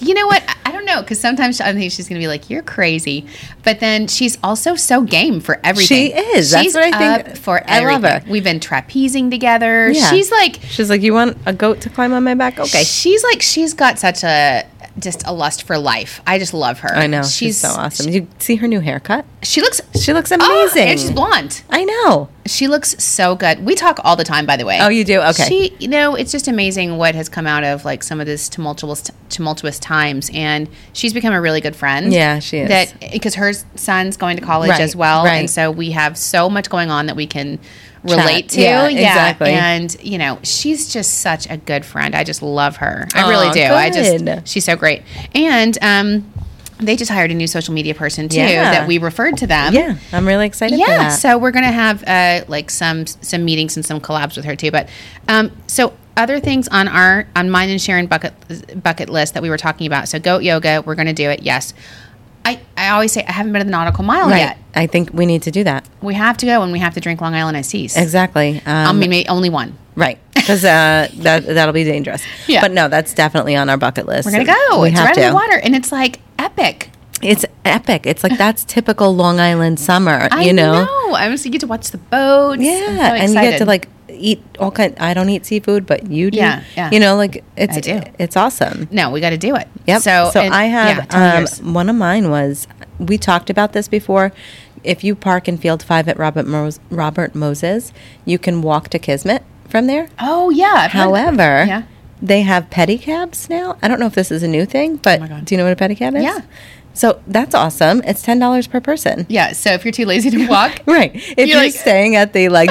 S2: You know what? I- I don't know because sometimes I think she's gonna be like, "You're crazy," but then she's also so game for
S3: She
S2: everything.
S3: is. That's
S2: She's
S3: what I think-
S2: up for
S3: I
S2: everything.
S3: love her.
S2: We've been trapezing together.
S3: Yeah.
S2: She's like
S3: She's like, You want a goat to climb on my back? Okay.
S2: She's like she's got such a just a lust for life. I just love her.
S3: I know. She's, so awesome.
S2: She,
S3: you see her new haircut?
S2: she looks
S3: She looks
S2: oh,
S3: amazing.
S2: and she's blonde.
S3: I know.
S2: She looks so good. We talk all the time, by the way.
S3: Oh, you do? Okay.
S2: She, you know, it's just amazing what has come out of like some of this tumultuous tumultuous times, and she's become a really good friend.
S3: Yeah, she is.
S2: That because her son's going to college
S3: Right,
S2: as well,
S3: right.
S2: and so we have so much going on that we can
S3: Chat.
S2: relate to.
S3: Yeah, exactly.
S2: And you know, she's just such a good friend. I just love her. I really
S3: Aw,
S2: do. I
S3: good.
S2: just she's so great. And um, they just hired a new social media person too
S3: Yeah.
S2: that we referred to them.
S3: Yeah. I'm really excited for
S2: Yeah,
S3: that.
S2: so we're gonna have uh, like some some meetings and some collabs with her too. But um, so other things on our on mine and Sharon bucket bucket list that we were talking about. So goat yoga, we're gonna do it. Yes, I I always say I haven't been to the nautical mile
S3: right.
S2: yet.
S3: I think we need to do that.
S2: We have to go and we have to drink Long Island iced teas.
S3: Exactly. Um,
S2: I mean, maybe only one.
S3: Right, because uh, that that'll be dangerous.
S2: Yeah.
S3: but no, that's definitely on our bucket list.
S2: We're gonna go.
S3: We
S2: it's
S3: have
S2: right
S3: to.
S2: on the water, and it's like epic.
S3: It's epic. It's like
S2: *laughs*
S3: that's typical Long Island summer.
S2: I
S3: you know.
S2: I was you get to watch the boats. I'm
S3: Yeah,
S2: so
S3: and you get to
S2: excited.
S3: like eat all kind. I don't eat seafood, but you do.
S2: Yeah, yeah.
S3: You know, like it's
S2: I do.
S3: it's awesome.
S2: no, we got to do it.
S3: Yep.
S2: So and-
S3: I
S2: yeah,
S3: have
S2: tell me yours.
S3: um, one of mine was we talked about this before. If you park in Field Five at Robert Mos- Robert Moses, you can walk to Kismet from there.
S2: oh yeah. I've heard-
S3: However,
S2: yeah.
S3: they have pedicabs now. I don't know if this is a new thing, but
S2: Oh my God.
S3: do you know what a pedicab is?
S2: Yeah.
S3: So that's awesome. It's ten dollars per person.
S2: Yeah, so if you're too lazy to
S3: *laughs*
S2: walk,
S3: Right. If you're,
S2: You're like-
S3: staying at the
S2: *laughs*
S3: like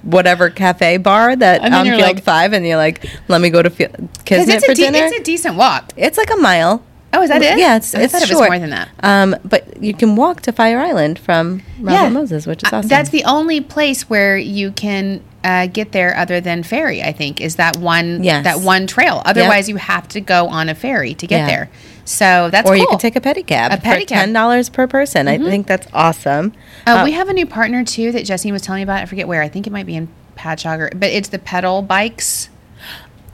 S3: whatever cafe bar that
S2: And then
S3: on
S2: you're
S3: Field
S2: like-
S3: Five, and you're like, let me go to Field
S2: because
S3: Kismet
S2: it's,
S3: for
S2: a de-
S3: dinner.
S2: it's a decent walk.
S3: It's like a mile.
S2: Oh, is that it?
S3: Yeah, it's,
S2: I
S3: it's
S2: thought it was
S3: short.
S2: more than that.
S3: Um, but you can walk to Fire Island from Robert
S2: Yeah.
S3: Moses, which is
S2: Uh,
S3: awesome.
S2: That's the only place where you can uh, get there other than ferry. I think is that one
S3: Yes.
S2: that one trail. Otherwise, you have to go on a ferry to get
S3: Yeah.
S2: there. So that's
S3: or
S2: cool.
S3: you can take a pedicab.
S2: A pedicab. Mm-hmm.
S3: for ten dollars per person. I think that's awesome.
S2: Uh,
S3: Oh.
S2: we have a new partner too that Jesse was telling me about. I forget where. I think it might be in Patchogue, or- but it's the pedal bikes.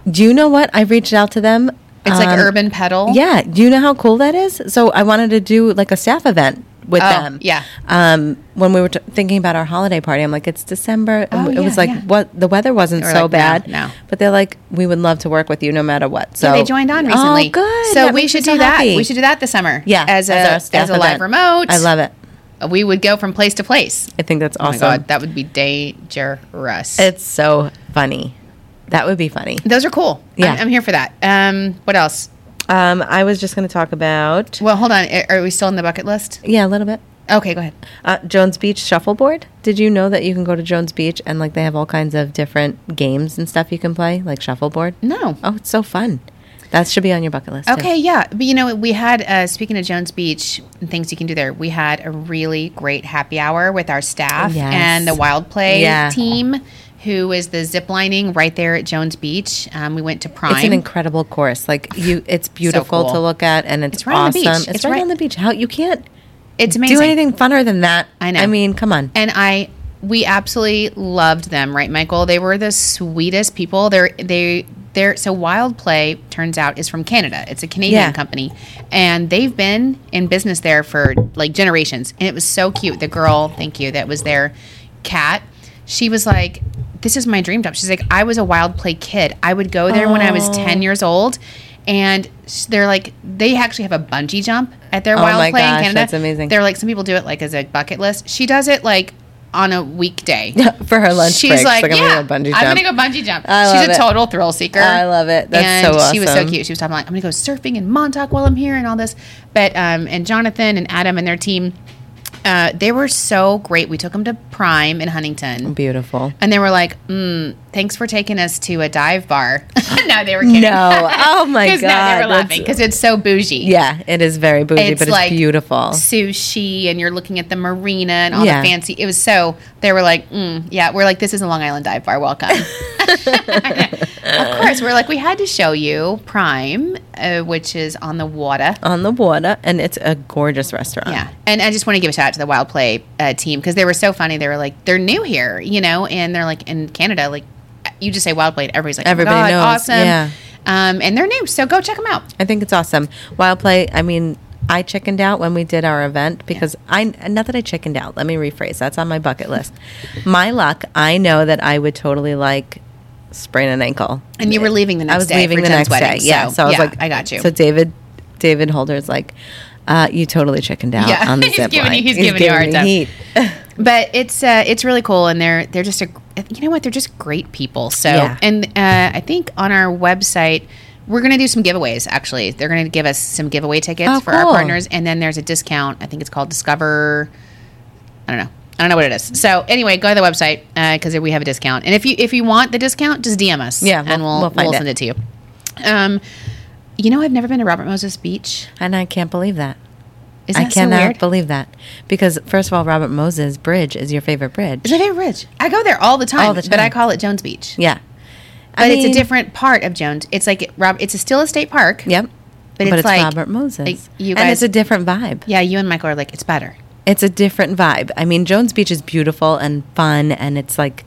S3: Do you know what? I reached out to them.
S2: It's like
S3: um,
S2: urban pedal.
S3: Yeah. Do you know how cool that is? So I wanted to do like a staff event with
S2: Oh,
S3: them.
S2: yeah.
S3: Um, when we were t- thinking about our holiday party, I'm like, it's December. and
S2: Oh,
S3: it
S2: yeah,
S3: was like,
S2: yeah.
S3: what? The weather wasn't
S2: They were
S3: so
S2: like, no,
S3: bad.
S2: no.
S3: But they're like, we would love to work with you no matter what. So
S2: Yeah, they joined on recently.
S3: Oh, good.
S2: So
S3: That
S2: we
S3: makes
S2: should
S3: me so
S2: do that.
S3: happy.
S2: We should do that this summer.
S3: Yeah.
S2: as a
S3: our
S2: as,
S3: staff
S2: a live
S3: event.
S2: remote.
S3: I love it.
S2: We would go from place to place.
S3: I think that's
S2: Oh
S3: awesome.
S2: my god, that would be dangerous.
S3: It's so funny. That would be funny.
S2: Those are cool.
S3: Yeah.
S2: I'm, I'm here for that. Um, what else?
S3: Um, I was just going to talk about.
S2: Well, hold on. Are are we still on the bucket list?
S3: Yeah, a little bit.
S2: Okay, go ahead.
S3: Uh, Jones Beach shuffleboard. Did you know that you can go to Jones Beach and like they have all kinds of different games and stuff you can play, like shuffleboard?
S2: No.
S3: Oh, it's so fun. That should be on your bucket list. too.
S2: Mm. Okay, yeah. But you know, we had, uh, speaking of Jones Beach and things you can do there, we had a really great happy hour with our staff
S3: Yes.
S2: and the Wild Play
S3: Yeah.
S2: team, who is the ziplining right there at Jones Beach. Um, we went to Prime.
S3: It's an incredible course. Like you, it's beautiful
S2: cool.
S3: to look at, and it's,
S2: It's right on the
S3: awesome.
S2: beach.
S3: It's,
S2: It's
S3: right,
S2: right-
S3: on the beach. How you can't
S2: it's amazing.
S3: do anything funner than that?
S2: I know.
S3: I mean, come on.
S2: And I, we absolutely loved them, right, Michael? They were the sweetest people. They're, they, they're, so Wild Play turns out is from Canada. It's a Canadian
S3: Yeah.
S2: company, and they've been in business there for like generations. And it was so cute. The girl, thank you, that was their cat. She was like, "This is my dream job." She's like, "I was a Wild Play kid. I would go there when I
S3: Oh.
S2: was ten years old." And s- they're like, they actually have a bungee jump at their
S3: Oh
S2: wild
S3: my
S2: play in
S3: gosh,
S2: Canada.
S3: that's amazing.
S2: They're like some people do it like as a bucket list. She does it like on a
S3: *laughs*
S2: weekday.
S3: For her lunch
S2: She's
S3: break, she's
S2: like,
S3: like, "I'm
S2: yeah,
S3: gonna go bungee
S2: I'm
S3: jump."
S2: gonna go bungee jump.
S3: I
S2: She's
S3: love
S2: a
S3: it.
S2: total thrill seeker.
S3: I love it. That's
S2: and
S3: so
S2: She was so
S3: awesome.
S2: cute. She was talking like, I'm gonna go surfing and Montauk while I'm here and all this. But um, and Jonathan and Adam and their team, uh, they were so great. We took them to Prime in Huntington.
S3: Beautiful.
S2: And they were like, mm, "Thanks for taking us to a dive bar." *laughs* no, they were kidding.
S3: No.
S2: *laughs*
S3: Oh my
S2: 'Cause, no,
S3: God,
S2: they
S3: that's-
S2: were laughing because it's so bougie
S3: Yeah, it is very bougie,
S2: It's
S3: but it's
S2: like
S3: beautiful.
S2: sushi and you're looking at the marina and all
S3: Yeah.
S2: the fancy. It was so they were like, mm, yeah, we're like this is a Long Island dive bar.
S3: *laughs*
S2: Welcome. of course, we're like we had to show you Prime, uh, which is on the water.
S3: On the water, and it's a gorgeous restaurant.
S2: Yeah, and I just want to give a shout out to the Wild Play uh, team because they were so funny. They were like, they're new here, you know, and they're like in Canada, like you just say Wild Play, and everybody's like,
S3: Everybody
S2: oh my God,
S3: knows,
S2: awesome.
S3: yeah.
S2: Um, and they're new, so go check them out.
S3: I think it's awesome. Wild Play, I mean, I chickened out when we did our event because I, not that I chickened out, let me rephrase, that's on my bucket list. my luck, I know that I would totally like sprain an ankle.
S2: And you were leaving the next
S3: I was
S2: day
S3: leaving
S2: for
S3: the
S2: Jen's
S3: next
S2: wedding,
S3: day. Yeah.
S2: so,
S3: So, I was
S2: yeah,
S3: like,
S2: I got you.
S3: So David, David Holder's like, uh, you totally chickened out
S2: Yeah.
S3: on the
S2: *laughs* He's
S3: zip
S2: giving
S3: line.
S2: you- he's giving you a hard
S3: me
S2: time.
S3: heat.
S2: but it's uh, it's really cool, and they're they're just a you know what they're just great people. So
S3: Yeah.
S2: and uh, I think on our website we're gonna do some giveaways. Actually, they're gonna give us some giveaway tickets
S3: Oh,
S2: for our
S3: cool.
S2: partners, and then there's a discount. I think it's called Discover. I don't know. I don't know what it is. So anyway, go to the website because we have a discount. And if you if you want the discount, just DM us.
S3: Yeah, we'll-
S2: and we'll
S3: we'll
S2: we'll,
S3: find it.
S2: send it to you. Um, you know, I've never been to Robert Moses Beach.
S3: And I can't believe that.
S2: Is
S3: I
S2: that so
S3: cannot
S2: weird?
S3: believe that. Because, first of all, Robert Moses Bridge is your favorite bridge.
S2: It's my favorite bridge. I go there all the time,
S3: All the
S2: but I
S3: time.
S2: call it Jones Beach.
S3: Yeah.
S2: But it's a different part of Jones. It's like Rob. It's a still a state park.
S3: Yep.
S2: But it's like-
S3: Robert Moses.
S2: like, you
S3: and
S2: guys-
S3: it's a different vibe.
S2: Yeah, you and Michael are like it's better.
S3: It's a different vibe. I mean, Jones Beach is beautiful and fun, and it's like,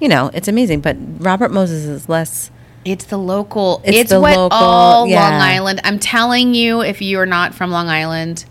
S3: you know, it's amazing. But Robert Moses is less.
S2: It's the local.
S3: It's
S2: It's,
S3: the
S2: what
S3: local-
S2: all
S3: yeah.
S2: Long Island. I'm telling you, if you are not from Long Island,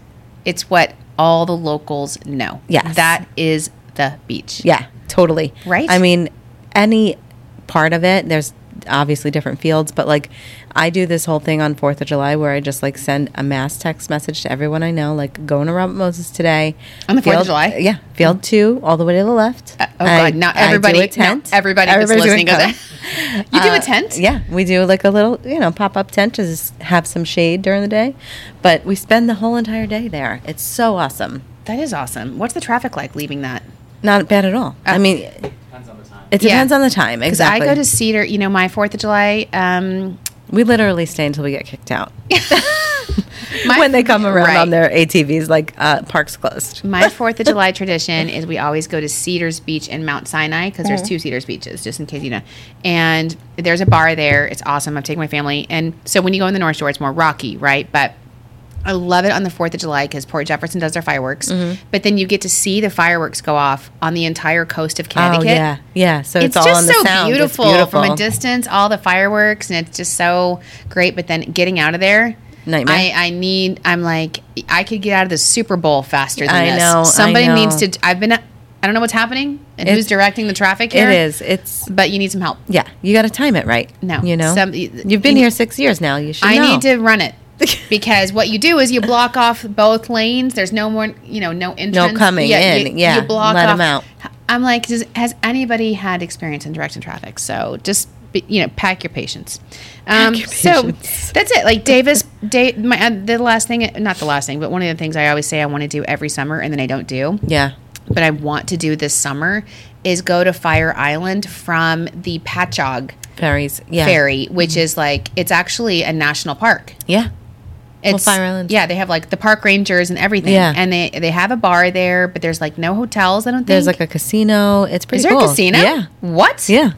S2: it's what all the locals know.
S3: Yes.
S2: that is the beach.
S3: Yeah, totally.
S2: Right?
S3: I mean, any part of it, there's obviously different fields, but like I do this whole thing on 4th of July where I just like send a mass text message to everyone I know, like going to Robert Moses today.
S2: On the 4th of
S3: Field-
S2: July? Mm.
S3: Yeah. Field two, all the way to the left.
S2: Uh, oh,
S3: I-
S2: God. Not
S3: I do
S2: everybody-
S3: a tent.
S2: no, everybody that's
S3: Everybody's doing
S2: listening goes,
S3: tent. Uh,
S2: You do a tent?
S3: Yeah. We do like a little, you know, pop up tent to just have some shade during the day. But we spend the whole entire day there. It's so awesome.
S2: that is awesome. What's the traffic like leaving that?
S3: Not bad at all.
S2: Uh,
S3: I mean,
S4: Depends on the time.
S3: It
S2: Yeah.
S3: depends on the time.
S2: Because
S3: Exactly.
S2: I go to Cedar. You know, my Fourth of July. Um,
S3: we literally stay until we get kicked out.
S2: *laughs* my-
S3: when they come around
S2: Right.
S3: on their ATVs, like uh, parks closed.
S2: My Fourth of July tradition is we always go to Cedars Beach and Mount Sinai because
S3: Mm.
S2: there's two Cedars Beaches, just in case you know. And there's a bar there. It's awesome. I've taken my family, and so when you go in the North Shore, it's more rocky, right? But I love it on the Fourth of July because Port Jefferson does their fireworks,
S3: Mm-hmm.
S2: but then you get to see the fireworks go off on the entire coast of
S3: *laughs* Oh
S2: Connecticut.
S3: yeah, yeah. So it's,
S2: It's,
S3: all on
S2: just
S3: the
S2: so
S3: sound. It's
S2: beautiful, from a distance, all the fireworks, and it's just so great. But then getting out of there,
S3: Nightmare.
S2: I, I need. I'm like, I could get out of the Super Bowl faster than
S3: I
S2: this.
S3: know, I
S2: Somebody
S3: know.
S2: needs to. I've been. I don't know what's happening and
S3: It's-
S2: who's directing the traffic here.
S3: It is. It's
S2: but you need some help.
S3: yeah. You got to time it right.
S2: No.
S3: you know.
S2: Some- you-
S3: You've been
S2: you-
S3: here six years now. You should.
S2: I
S3: know.
S2: need to
S3: *laughs*
S2: run it because what you do is you block off both lanes. There's no more, you know, no entrance.
S3: coming in. Yeah, let 'em out.
S2: I'm like, does, has anybody had experience in directing traffic? So just be, you know, pack your patience. Um,
S3: your
S2: So that's it. Like Davis *laughs* day, my, uh, the last thing, not the last thing, but one of the things I always say I want to do every summer and then I don't do,
S3: Yeah.
S2: but I want to do this summer is go to Fire Island from the Patchogue
S3: Ferries. Yeah.
S2: Ferry, which is like, it's actually a national park.
S3: Yeah.
S2: It's,
S3: Fire Island.
S2: Yeah, they have like the park rangers and everything.
S3: Yeah.
S2: And they, they have a bar there, but there's like no hotels, I don't think.
S3: There's like a casino. It's pretty
S2: Is there
S3: cool.
S2: a casino?
S3: Yeah.
S2: What?
S3: Yeah.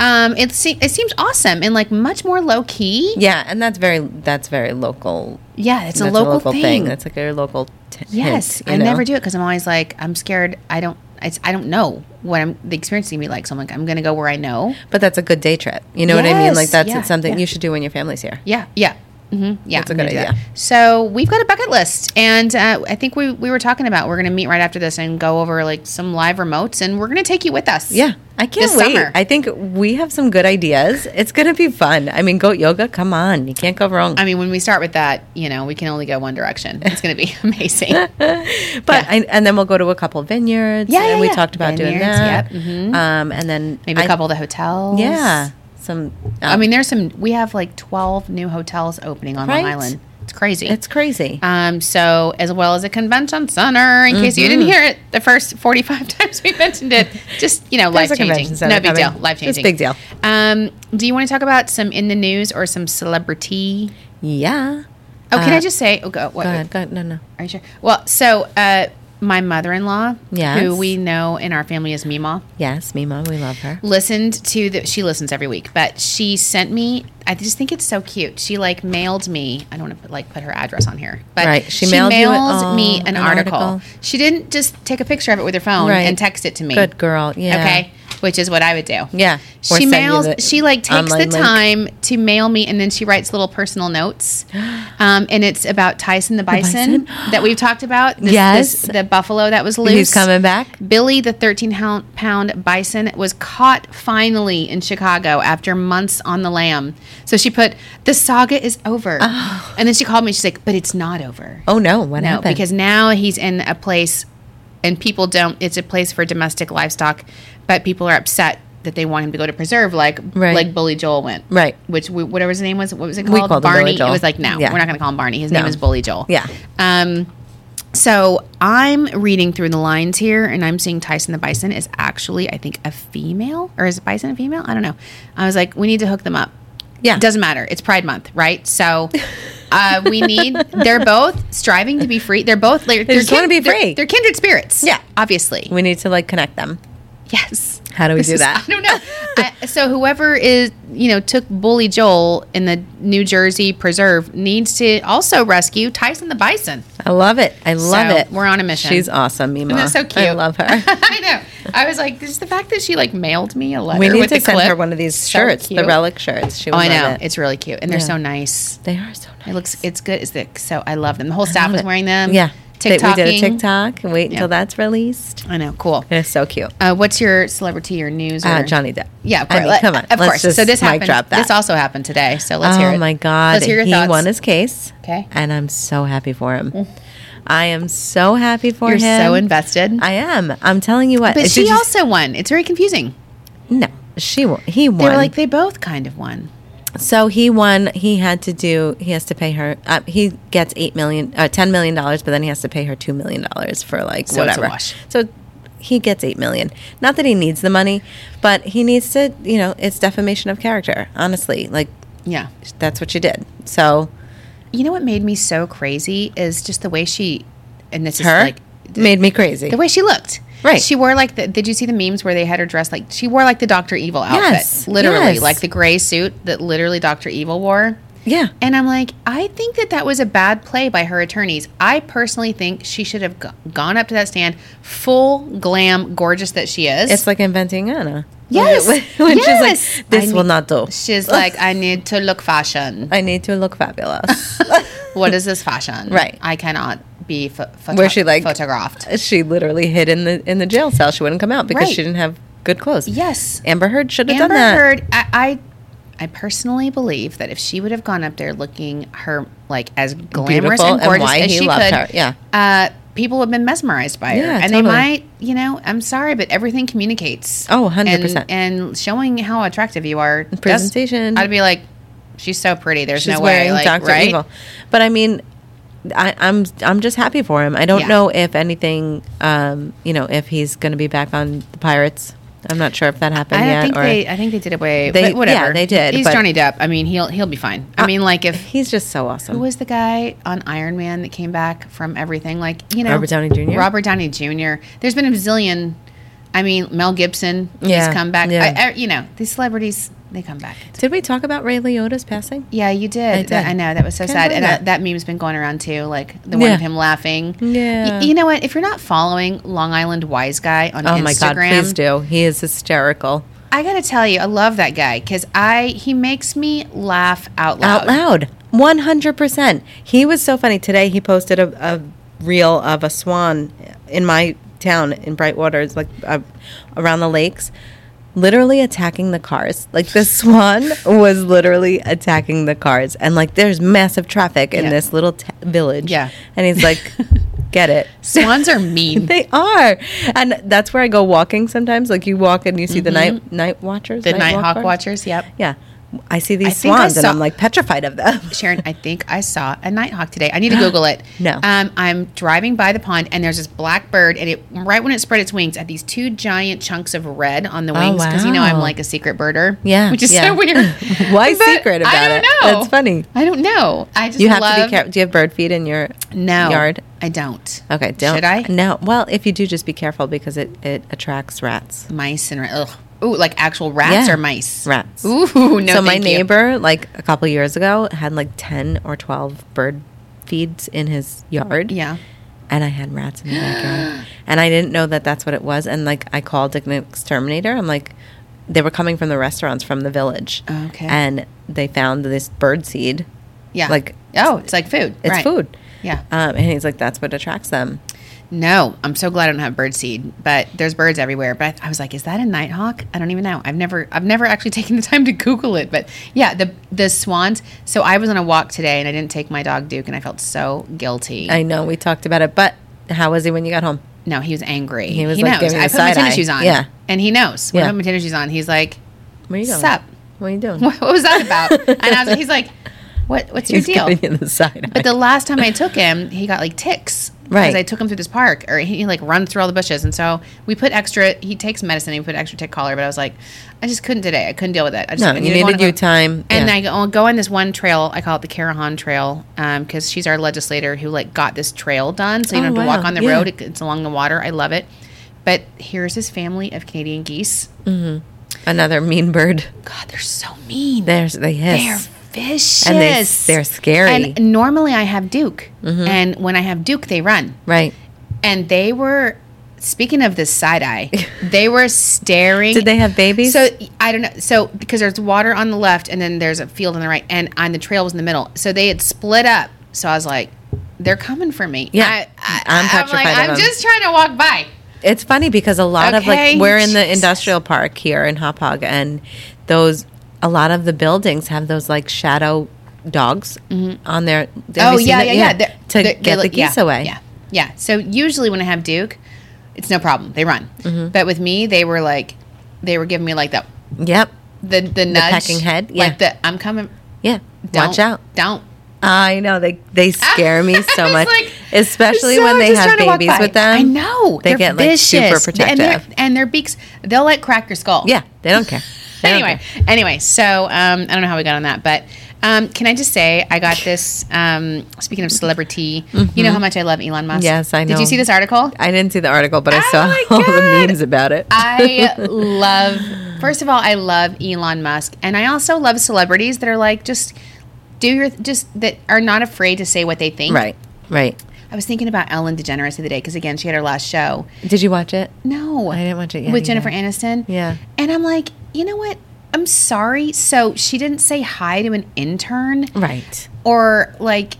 S2: Um, it, se- it seems awesome and like much more low key.
S3: Yeah, and that's very that's very local.
S2: Yeah, it's a
S3: that's
S2: local, thing.
S3: That's like a local. T-
S2: yes,
S3: hint, you
S2: I
S3: know?
S2: never do it because I'm always like I'm scared. I don't. It's, I don't know what I'm, the experience is gonna be like. So I'm like I'm gonna go where I know.
S3: But that's a good day trip. You know what I mean?
S2: Yes,
S3: Like that's
S2: yeah,
S3: something
S2: yeah.
S3: you should do when your family's here.
S2: Yeah, yeah. hmm Yeah,
S3: That's a
S2: I'm gonna
S3: good
S2: do that.
S3: idea.
S2: So we've got a bucket list, and uh, I think we we were talking about we're gonna meet right after this and go over like some live remotes, and we're gonna take you with us.
S3: Yeah, I can't
S2: This
S3: wait.
S2: summer.
S3: I think we have some good ideas. It's going to be fun. I mean, goat yoga. Come on, you can't go wrong.
S2: I mean, when we start with that, you know, we can only go one direction. It's gonna be *laughs*
S3: *laughs*
S2: amazing.
S3: *laughs* but I, and then we'll go to a couple vineyards.
S2: Yeah,
S3: and
S2: yeah,
S3: we
S2: yeah.
S3: talked about doing
S2: Vineyards,
S3: that.
S2: yep, mm-hmm.
S3: Um, and then
S2: Maybe a
S3: I-
S2: couple of the hotels.
S3: Yeah, some.
S2: I mean, there's some. We have like 12 new hotels opening on Long
S3: Right.
S2: Island. It's crazy.
S3: it's crazy.
S2: um, so as well as a convention center. In case you
S3: Mm-hmm.
S2: didn't hear it, the first 45 *laughs* times we mentioned it, just you know,
S3: There's
S2: life
S3: a convention
S2: changing.
S3: center
S2: No big
S3: coming.
S2: deal. Life changing.
S3: It's a big deal.
S2: Um, do you want to talk about some in the news or some celebrity?
S3: yeah.
S2: Oh, can
S3: Uh,
S2: I just say? Oh, go. What,
S3: Go ahead. Go ahead. No, no.
S2: Are you sure? Well, so uh, my mother-in-law,
S3: Yes.
S2: who we know in our family as Mima.
S3: Yes, Mima, we love her.
S2: listened to the she listens every week but she sent me i just think it's so cute she like mailed me i don't want to put, like put her address on here but
S3: Right. She mailed you it-
S2: mailed me
S3: oh, an
S2: an, article.
S3: article.
S2: she didn't just take a picture of it with her phone
S3: Right.
S2: and text it to me
S3: Good girl. Yeah.
S2: okay which is what i would do
S3: Yeah. Or
S2: she
S3: send you
S2: mails
S3: the
S2: she like takes the
S3: online link.
S2: time to mail me and then she writes little personal notes um, and it's about tyson the bison,
S3: bison?
S2: that we've talked about This-
S3: Yes.
S2: this- the buffalo that was loose
S3: He's coming back.
S2: Billy, the 13 hou- pound bison, was caught finally in Chicago after months on the lam. So she put, The saga is over. And then she called me. She's like, But it's not over.
S3: Oh no! What
S2: no,
S3: happened?
S2: because now he's in a place and people don't, it's a place for domestic livestock, but people are upset that they want him to go to preserve like
S3: Right.
S2: like Bully Joel went.
S3: Right.
S2: Which, we, whatever his name was, what was it called?
S3: called him Billy
S2: Barney.
S3: Joel.
S2: It was like, No,
S3: Yeah.
S2: we're not going to call him Barney. His
S3: No.
S2: name is Bully Joel.
S3: Yeah.
S2: Um, so I'm reading through the lines here, and I'm seeing Tyson the Bison is actually, I think, a female, or is Bison a female? I don't know. I was like, we need to hook them up.
S3: Yeah.
S2: it doesn't matter. It's Pride Month, right? So uh, we need. They're both striving to be free. They're both. They're,
S3: just wanna be
S2: they're-
S3: free.
S2: They're, kindred spirits.
S3: Yeah.
S2: obviously.
S3: we need to like connect them.
S2: Yes.
S3: How do we
S2: This
S3: do
S2: is-
S3: that?
S2: *laughs* I don't know. I, so whoever is, you know, took Bully Joel in the New Jersey preserve needs to also rescue Tyson the Bison.
S3: I love it. I love
S2: So,
S3: it.
S2: we're on a mission.
S3: She's awesome, Mima.
S2: Isn't that so cute?
S3: I love her.
S2: *laughs* I know. I was like, just the fact that she like mailed me a letter.
S3: we need
S2: with
S3: to
S2: the
S3: send
S2: clip.
S3: her one of these
S2: So
S3: shirts, the
S2: cute.
S3: relic shirts. She would
S2: Oh, I know.
S3: love it.
S2: It's really cute, and they're
S3: Yeah.
S2: so nice.
S3: They are so nice.
S2: It looks, it's good. It's the, so I love them. The whole staff
S3: Love
S2: was
S3: it.
S2: wearing them.
S3: Yeah. They-
S2: TikTok.
S3: We did a TikTok. Wait until
S2: Yeah.
S3: that's released.
S2: I know. Cool.
S3: It's so cute.
S2: Uh, what's your celebrity or news? Or,
S3: Uh, Johnny Depp.
S2: Yeah, of
S3: I
S2: course.
S3: mean, come on.
S2: Of
S3: Let's
S2: course.
S3: just
S2: so this
S3: mic
S2: happened.
S3: drop that.
S2: This also happened today. So let's hear it.
S3: oh my God.
S2: Let's hear your
S3: he
S2: thoughts.
S3: won his case.
S2: Okay. Mm.
S3: And I'm so happy for him. I am so happy for
S2: You're
S3: him.
S2: so invested.
S3: I am. I'm telling you what.
S2: but
S3: Did
S2: she
S3: you-
S2: also won. It's very confusing.
S3: no. She won. He won.
S2: They were like they both kind of won.
S3: So he won. He had to do. He has to pay her. Uh, he gets eight million, uh, ten million dollars, but then he has to pay her two million dollars for like
S2: a
S3: whatever.
S2: wash.
S3: So he gets eight million. Not that he needs the money, but he needs to. You know, it's defamation of character. Honestly, like
S2: Yeah.
S3: that's what you did. So
S2: You know what made me so crazy is just the way she, and this
S3: her
S2: is like
S3: made me crazy.
S2: the way she looked.
S3: Right.
S2: She wore like the. Did you see the memes where they had her dressed like she wore like the Doctor Evil outfit,
S3: Yes,
S2: literally
S3: yes.
S2: like the gray suit that literally Doctor Evil wore.
S3: yeah.
S2: And I'm like, I think that that was a bad play by her attorneys. I personally think she should have g- gone up to that stand, full glam, gorgeous that she is.
S3: It's like inventing Anna. *laughs*
S2: Yes,
S3: When, when
S2: yes.
S3: she's like, this
S2: I
S3: will
S2: need-
S3: not do.
S2: she's like, I need to
S3: *laughs*
S2: look fashion.
S3: I need to look
S2: *laughs*
S3: fabulous. *laughs*
S2: What is this fashion?
S3: Right.
S2: I cannot be pho- photo-
S3: Where she, like-
S2: photographed.
S3: she literally hid in the in the jail cell. She wouldn't come out because
S2: Right.
S3: she didn't have good clothes.
S2: Yes.
S3: Amber Heard should have done
S2: Amber
S3: that.
S2: Heard, I, I, I personally believe that if she would have gone up there looking her like as glamorous
S3: Beautiful
S2: and gorgeous
S3: why
S2: as
S3: he
S2: she
S3: loved
S2: could,
S3: her. Yeah.
S2: uh, people have been mesmerized by her,
S3: Yeah,
S2: and they
S3: totally.
S2: might, you know, I'm sorry, but everything communicates.
S3: Oh, 100%.
S2: And, and showing how attractive you are, does-
S3: Presentation.
S2: I'd be like, She's so pretty. There's
S3: She's
S2: no way.
S3: wearing
S2: like,
S3: Doctor
S2: right?
S3: Evil. But I mean, I, I'm I'm just happy for him. I don't
S2: Yeah.
S3: know if anything, um, you know, if he's going to be back on the Pirates. I'm not sure if that happened
S2: I
S3: yet.
S2: don't think
S3: or
S2: they. I think they did away.
S3: They-
S2: but whatever.
S3: yeah, they did,
S2: He's
S3: but-
S2: Johnny Depp. I mean, he'll he'll be fine. I
S3: Uh,
S2: mean, like if
S3: he's just so awesome.
S2: who was the guy on Iron Man that came back from everything? Like you know,
S3: Robert Downey Jr.?
S2: Robert Downey Jr. There's been a zillion. I mean, Mel Gibson.
S3: Yeah,
S2: He's come back.
S3: yeah.
S2: I, I, you know, these celebrities they come back.
S3: Did we talk about Ray Liotta's passing?
S2: Yeah, you did.
S3: I did.
S2: That- I know that was so
S3: Can't
S2: sad,
S3: believe
S2: and that.
S3: that.
S2: that meme's been going around too. Like the one
S3: Yeah.
S2: of him laughing.
S3: Yeah.
S2: Y- you know what? If you're not following Long Island Wise Guy on
S3: Oh
S2: Instagram,
S3: my God! Please do. He is hysterical.
S2: I gotta tell you, I love that guy because I he makes me laugh out loud.
S3: Out loud, one hundred percent. He was so funny today. He posted a, a reel of a swan in my town in Brightwater, it's like uh, around the lakes, literally attacking the cars. Like
S2: *laughs*
S3: the swan was literally attacking the cars, and like there's massive traffic in
S2: Yeah.
S3: this little t- village.
S2: Yeah.
S3: and he's
S2: *laughs*
S3: like, "Get it." *laughs*
S2: Swans are mean.
S3: They are, and that's where I go walking sometimes. Like you walk and you see the night night watchers,
S2: Mm-hmm. the Nighthawk
S3: walkers.
S2: Watchers. Yep.
S3: Yeah. I see
S2: I
S3: these
S2: think I
S3: swans and
S2: saw-
S3: I'm like petrified of
S2: *laughs*
S3: them.
S2: Sharon, I think I saw a nighthawk today. I need
S3: *gasps*
S2: to Google it.
S3: No.
S2: Um, I'm driving by the pond and there's this black bird, and it right when it spread its wings, had these two giant chunks of red on the wings because you know I'm
S3: Oh, wow.
S2: like a secret birder.
S3: Yeah,
S2: Which is
S3: yeah.
S2: so weird.
S3: *laughs* Why
S2: *laughs* But
S3: secret about
S2: I don't
S3: it?
S2: Know.
S3: That's funny.
S2: I don't know. I just
S3: You have to
S2: love-
S3: be careful. Do you have bird feed in your
S2: No,
S3: yard?
S2: I don't.
S3: Okay, don't.
S2: Should I?
S3: No. Well, if you do, just be careful because it, it attracts rats.
S2: mice and ra- ugh. ooh, like actual rats
S3: Yeah.
S2: or mice.
S3: Rats.
S2: Ooh, *laughs* no.
S3: so my
S2: thank you.
S3: neighbor, like a couple years ago, had like ten or twelve bird feeds in his yard.
S2: Yeah.
S3: and I had rats in the backyard, and I didn't know that that's what it was. And like, I called like, an exterminator. I'm like, they were coming from the restaurants from the village.
S2: Oh, Okay.
S3: and they found this bird seed.
S2: Yeah.
S3: like
S2: oh, it's like food.
S3: it's
S2: right.
S3: food.
S2: Yeah.
S3: Um, and he's like, that's what attracts them.
S2: No, I'm so glad I don't have bird seed, but there's birds everywhere. But I, I was like, is that a nighthawk? I don't even know. I've never, I've never actually *laughs* taken the time to Google it. But yeah, the the swans. So I was on a walk today, and I didn't take my dog Duke, and I felt so guilty.
S3: I know we talked about it, but how was he when you got home?
S2: no, he was angry.
S3: He was, like,
S2: knows.
S3: giving
S2: I
S3: the
S2: put my
S3: side
S2: tennis
S3: eye.
S2: shoes on.
S3: Yeah.
S2: and he knows. When
S3: Yeah.
S2: I put my tennis shoes on, he's like,
S3: Where you going?
S2: Sup. *laughs*
S3: What are you doing?
S2: what, what was that about? and I was, he's like, what? What's
S3: *laughs* He's
S2: your deal?
S3: giving you the side eye.
S2: But the last time I took him, he got like ticks.
S3: Right.
S2: Because I took him through this park, or he like runs through all the bushes, and so we put extra. He takes medicine, and we put extra tick collar. But I was like, I just couldn't today. I couldn't deal with it. I just
S3: No,
S2: I
S3: you
S2: to go
S3: needed
S2: on-
S3: your time.
S2: And
S3: Yeah.
S2: I go, I'll go on this one trail. I call it the Carahan Trail because she's our legislator who like got this trail done, so you
S3: Oh,
S2: don't have to
S3: wow.
S2: walk on the
S3: Yeah.
S2: road. It, it's along the water. I love it. But here's his family of Canadian geese.
S3: Another mean bird.
S2: God, they're so mean.
S3: There's they
S2: They're
S3: hiss.
S2: vicious.
S3: And they, they're scary. Mm-hmm.
S2: And normally I have Duke, and when I have Duke, they run.
S3: right.
S2: And they were speaking of this
S3: *laughs*
S2: side eye. They were staring.
S3: Did they have babies?
S2: So I don't know. So because there's water on the left, and then there's a field on the right, and on the trail was in the middle. So they had split up. So I was like, they're coming for me.
S3: Yeah.
S2: I, I,
S3: I'm
S2: I'm
S3: petrified
S2: like,
S3: of
S2: I'm
S3: them.
S2: just trying to walk by.
S3: It's funny because a lot of like
S2: Okay,
S3: we're in the
S2: Jesus.
S3: industrial park here in Hopog, and those a lot of the buildings have those like shadow dogs on their. have
S2: Oh
S3: you seen
S2: yeah,
S3: that?
S2: yeah, yeah. They're-
S3: To
S2: they're-
S3: get
S2: they-
S3: the geese
S2: yeah,
S3: away.
S2: Yeah, yeah. So usually when I have Duke, it's no problem. They run.
S3: Mm-hmm.
S2: But with me, they were like, they were giving me like the
S3: Yep.
S2: the the nudge,
S3: pecking head, yeah.
S2: Like the I'm coming.
S3: Yeah.
S2: Don't,
S3: Watch out.
S2: Don't.
S3: I know they
S2: *laughs*
S3: they scare me
S2: I
S3: so
S2: was
S3: much,
S2: like,
S3: especially
S2: so
S3: when
S2: I'm
S3: they
S2: just
S3: have
S2: trying to walk
S3: babies
S2: by.
S3: with them.
S2: I know
S3: they
S2: They're
S3: get like super
S2: vicious.
S3: protective.
S2: and, their- and their beaks. They'll like crack your skull.
S3: yeah, they don't
S2: *laughs*
S3: care. They don't
S2: anyway,
S3: care.
S2: anyway, so um, I don't know how we got on that, but um, can I just say I got this? Um, speaking of celebrity, you know how much I love Elon Musk.
S3: Mm-hmm. Yes, I
S2: Did
S3: know.
S2: you see this
S3: *laughs*
S2: article?
S3: I didn't see the article, but I
S2: Oh
S3: saw
S2: my
S3: *laughs* all the
S2: God.
S3: memes about it.
S2: I love. First of all, I love Elon Musk, and I also love celebrities that are like just do your just that are not afraid to say what they
S3: *laughs*
S2: think.
S3: right, right.
S2: I was thinking about Ellen DeGeneres the other day because again she had her last show.
S3: Did you watch it?
S2: No,
S3: I didn't watch it yet
S2: with Jennifer
S3: either.
S2: Aniston. *laughs*
S3: Yeah.
S2: and I'm like, you know what? I'm sorry. So she didn't say hi to an intern
S3: Right.
S2: or like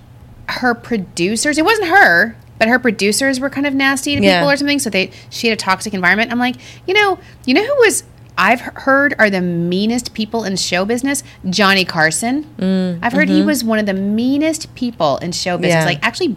S2: her producers. It wasn't her, but her producers were kind of nasty to
S3: Yeah.
S2: people or something. So they she had a toxic environment. I'm like, you know, you know who was I've he- heard are the meanest people in show business? Johnny Carson. I've heard he was one of the meanest people in show business.
S3: Mm, mm-hmm. Yeah.
S2: Like actually,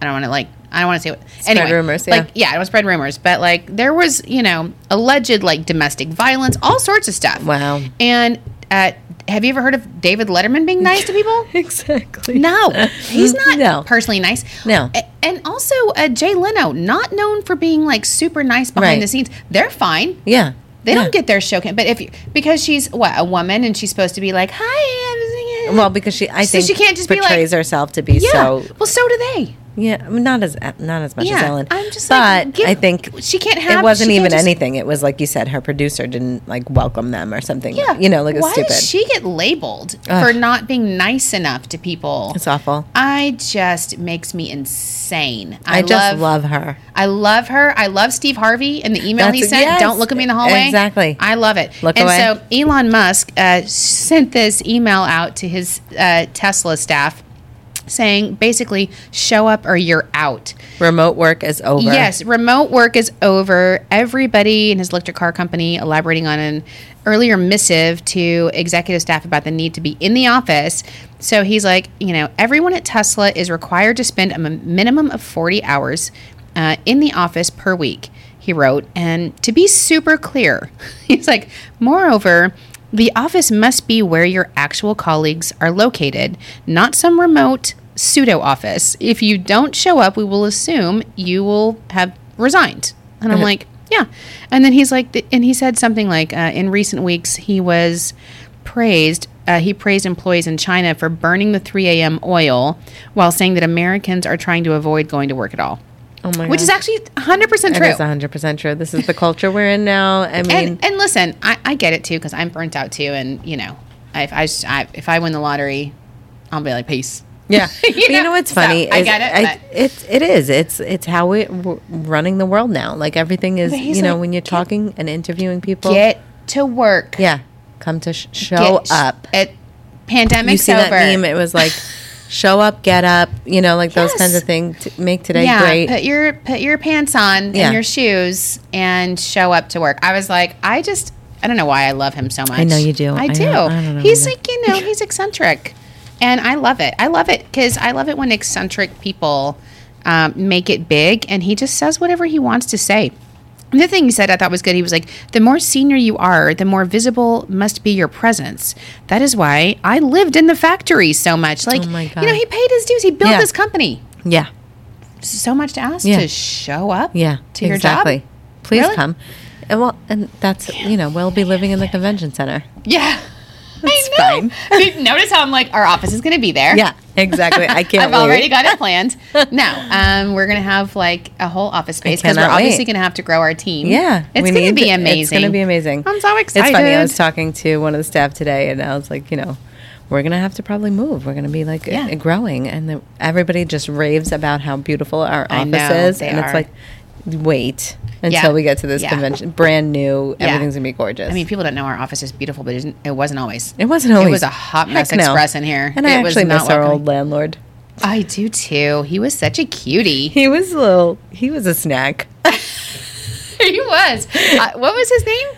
S2: I don't want to like. I don't want to say what. anyway,
S3: rumors, yeah.
S2: Like, yeah, I don't spread rumors, but like there was, you know, alleged like domestic violence, all sorts of stuff.
S3: Wow.
S2: And at have you ever heard of David Letterman being nice
S3: *laughs*
S2: to people?
S3: Exactly. *laughs*
S2: No, he's not
S3: No.
S2: personally nice.
S3: No.
S2: A- and also uh, Jay Leno, not known for being like super nice behind
S3: Right.
S2: the scenes. They're fine.
S3: Yeah.
S2: They
S3: Yeah.
S2: don't get their show. Can- but if you, because she's what a woman and she's supposed to be like, hi. I'm-"
S3: Well, because she, I
S2: So
S3: think
S2: she can't just be like-
S3: portrays herself to be
S2: yeah.
S3: so.
S2: well, so do they.
S3: Yeah, I mean, not as not as much as
S2: Yeah,
S3: Ellen.
S2: I'm just
S3: but
S2: like, give-
S3: I think
S2: she can't have-
S3: It wasn't
S2: she can't
S3: even
S2: just-
S3: anything. It was like you said, her producer didn't like welcome them or something.
S2: Yeah.
S3: you know, like it was
S2: why
S3: stupid.
S2: does she get labeled
S3: Ugh.
S2: for not being nice enough to people?
S3: it's awful.
S2: I just makes me insane.
S3: I,
S2: I,
S3: just love, her.
S2: I love her. I love Steve Harvey and the email he
S3: That's-
S2: sent.
S3: yes,
S2: Don't look at me in the hallway.
S3: exactly.
S2: I love it.
S3: Look
S2: and
S3: away.
S2: so Elon Musk uh, sent this email out to his uh, Tesla staff saying basically, show up or you're out.
S3: Remote work is over.
S2: Yes, remote work is over. Everybody in his electric car company elaborating on an earlier missive to executive staff about the need to be in the office. So he's like, you know, everyone at Tesla is required to spend a mi- minimum of 40 hours uh, in the office per week, he wrote. And to be super clear, *laughs* he's like, moreover, the office must be where your actual colleagues are located, not some remote pseudo office. If you don't show up, we will assume you will have resigned. And I'm like, yeah. And then he's like, and he said something like, uh, in recent weeks, he was praised. Uh, he praised employees in China for burning the 3 a.m. oil while saying that Americans are trying to avoid going to work at all.
S3: Oh my
S2: Which
S3: God.
S2: is actually 100%
S3: It
S2: true.
S3: is 100% true. This is the culture we're in now. I mean,
S2: and and listen, I, I get it too because I'm burnt out too, and you know, if I, s- I- if I win the lottery, I'll be like peace.
S3: yeah.
S2: *laughs* You
S3: But you, know,
S2: know,
S3: what's
S2: so,
S3: funny?
S2: I
S3: is
S2: get it, but-
S3: it's, it is. It's, it's how we're w- running the world now. Like everything is,
S2: But he's
S3: you know,
S2: like,
S3: when you're
S2: get-
S3: talking and interviewing people.
S2: Get to work.
S3: yeah. Come to sh- show
S2: Get sh-
S3: up.
S2: It
S3: you
S2: pandemic's
S3: see
S2: over.
S3: that meme? It was
S2: *laughs*
S3: like, show up, get up, you know, like those
S2: Yes.
S3: kinds of things. T- make today
S2: yeah,
S3: great.
S2: put your put your pants on
S3: Yeah.
S2: and your shoes and show up to work. I was like, I just I don't know why I love him so much. I
S3: know you do.
S2: I,
S3: I
S2: do.
S3: don't- I don't know
S2: he's
S3: either.
S2: like you know he's eccentric, and I love it. I love it because I love it when eccentric people um, make it big, and he just says whatever he wants to say. And the thing he said I thought was good. He was like, The more senior you are, the more visible must be your presence. That is why I lived in the factory so much. Like,
S3: Oh my
S2: you know,
S3: God.
S2: he paid his dues, he built
S3: Yeah.
S2: this company
S3: yeah.
S2: so much to ask
S3: Yeah.
S2: to show up
S3: Yeah.
S2: to your
S3: exactly.
S2: job.
S3: Please
S2: Really?
S3: come. And well, and that's, you know, we'll be living in the convention center.
S2: Yeah.
S3: *laughs* That's
S2: I know. Dude, Notice how I'm like, our office is going to be there.
S3: Yeah, exactly. I can't
S2: *laughs* I've already
S3: wait. *laughs*
S2: got it planned. No, um, we're going to have like a whole office space because we're
S3: cannot
S2: obviously
S3: wait.
S2: going to have to grow our team.
S3: Yeah,
S2: It's
S3: we
S2: going to
S3: need
S2: be
S3: it.
S2: amazing.
S3: It's going to be amazing.
S2: I'm so
S3: It's funny. I was
S2: excited.
S3: talking to one of the staff today, and I was like, you know, we're going to have to probably move. We're going to be like
S2: Yeah.
S3: uh, growing, and the, everybody just raves about how beautiful our
S2: I
S3: office
S2: know,
S3: is,
S2: they
S3: and
S2: are.
S3: it's like, wait until
S2: Yeah.
S3: we get to this
S2: Yeah.
S3: convention, brand new.
S2: Yeah.
S3: Everything's going to be gorgeous.
S2: I mean, people don't know our office is beautiful, but it isn't- it wasn't always.
S3: it wasn't always.
S2: It was a hot mess
S3: Heck no.
S2: express in here.
S3: and
S2: it
S3: I
S2: was
S3: actually miss
S2: not
S3: our
S2: welcoming.
S3: old landlord.
S2: I do too. He was such a cutie.
S3: He was a little. He was a snack.
S2: *laughs* he was. Uh, what was his name?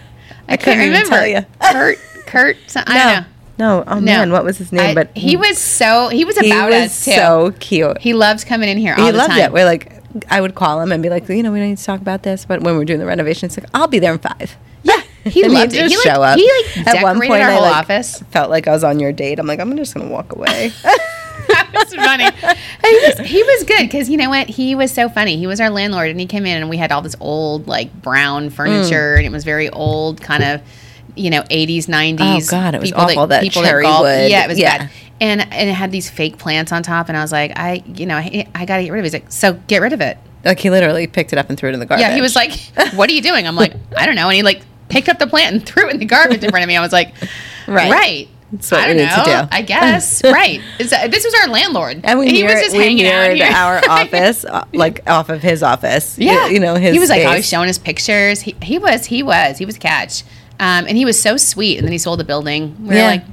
S2: I, can't
S3: couldn't even
S2: remember.
S3: tell you. *laughs*
S2: Kurt. Kurt. some- I don't know.
S3: no. Oh man, what was his name?
S2: I-
S3: but
S2: he was so he was
S3: he
S2: about
S3: was
S2: us too.
S3: so cute.
S2: he loves coming in here all
S3: he
S2: the
S3: loved
S2: time.
S3: it. We're like, I would call him and be like, you know, we don't need to talk about this. But when we're doing the renovation, it's like, I'll be there in five.
S2: Yeah,
S3: *laughs*
S2: he
S3: And he'd
S2: loved it.
S3: just
S2: He, like-
S3: show up.
S2: he, like, decorated our whole
S3: like,
S2: office.
S3: Felt like I was on your date. I'm like, I'm just gonna walk
S2: *laughs*
S3: away. *laughs*
S2: that was funny. He was, he was good because you know what? He was so funny. He was our landlord, and he came in, and we had all this old, like brown furniture, and it was very old, kind of, you know, eighties, nineties.
S3: Oh, God, it was awful, that cherry wood.
S2: Yeah, it was
S3: Yeah.
S2: bad. And and it had these fake plants on top, and I was like, I, you know, I, I got to get rid of it. He's like, so get rid of it.
S3: like he literally picked it up and threw it in the garbage.
S2: Yeah, he was like, "What are you doing?" I'm like, "I don't know." And he like picked up the plant and *laughs* threw it in the garbage in front of me. I was like,
S3: Right.
S2: "Right, right."
S3: That's what
S2: I don't
S3: we need to
S2: know.
S3: do. *laughs*
S2: I guess right. Is that- this was our landlord,
S3: And we
S2: he
S3: mirrored,
S2: was just
S3: we
S2: hanging out
S3: mirrored
S2: here. *laughs*
S3: our office, uh, like off of his office. Y-
S2: yeah,
S3: you, know his.
S2: He was like
S3: space.
S2: always showing us pictures. He, he was he was he was a catch. Um, and he was so sweet, and then he sold the building. We were
S3: Yeah.
S2: like,
S3: Mm.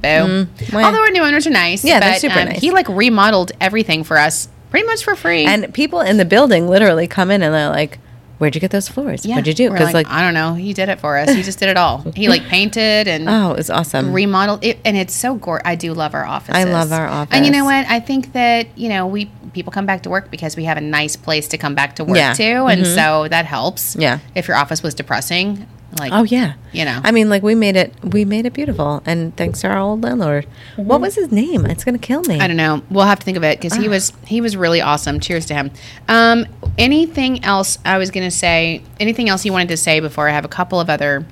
S2: "Boom!"
S3: Well-
S2: Although our new owners are nice,
S3: Yeah, they're
S2: but,
S3: super
S2: um,
S3: nice.
S2: He like remodeled everything for us, pretty much for free.
S3: And people in the building literally come in and they're like, "Where'd you get those floors? What'd you do?"
S2: We're
S3: Because like,
S2: I don't know, he did it for us. He just did
S3: *laughs*
S2: it all. He like painted and
S3: oh, it was awesome.
S2: remodeled it and it's so gorgeous i do love our office
S3: I love our
S2: and
S3: office.
S2: you know what i think that you know we people come back to work because we have a nice place to come back to work
S3: Yeah. Mm-hmm.
S2: to and so that helps
S3: Yeah.
S2: if your office was depressing Like,
S3: Oh yeah,
S2: You know.
S3: I mean, like we made it, we made it beautiful, and thanks to our old landlord. What was his name? It's gonna kill me.
S2: Mm-hmm. I don't know. We'll have to think of it because
S3: Ah.
S2: he was he was really awesome. Cheers to him. Um, anything else I was gonna say? Anything else you wanted to say before I have a couple of other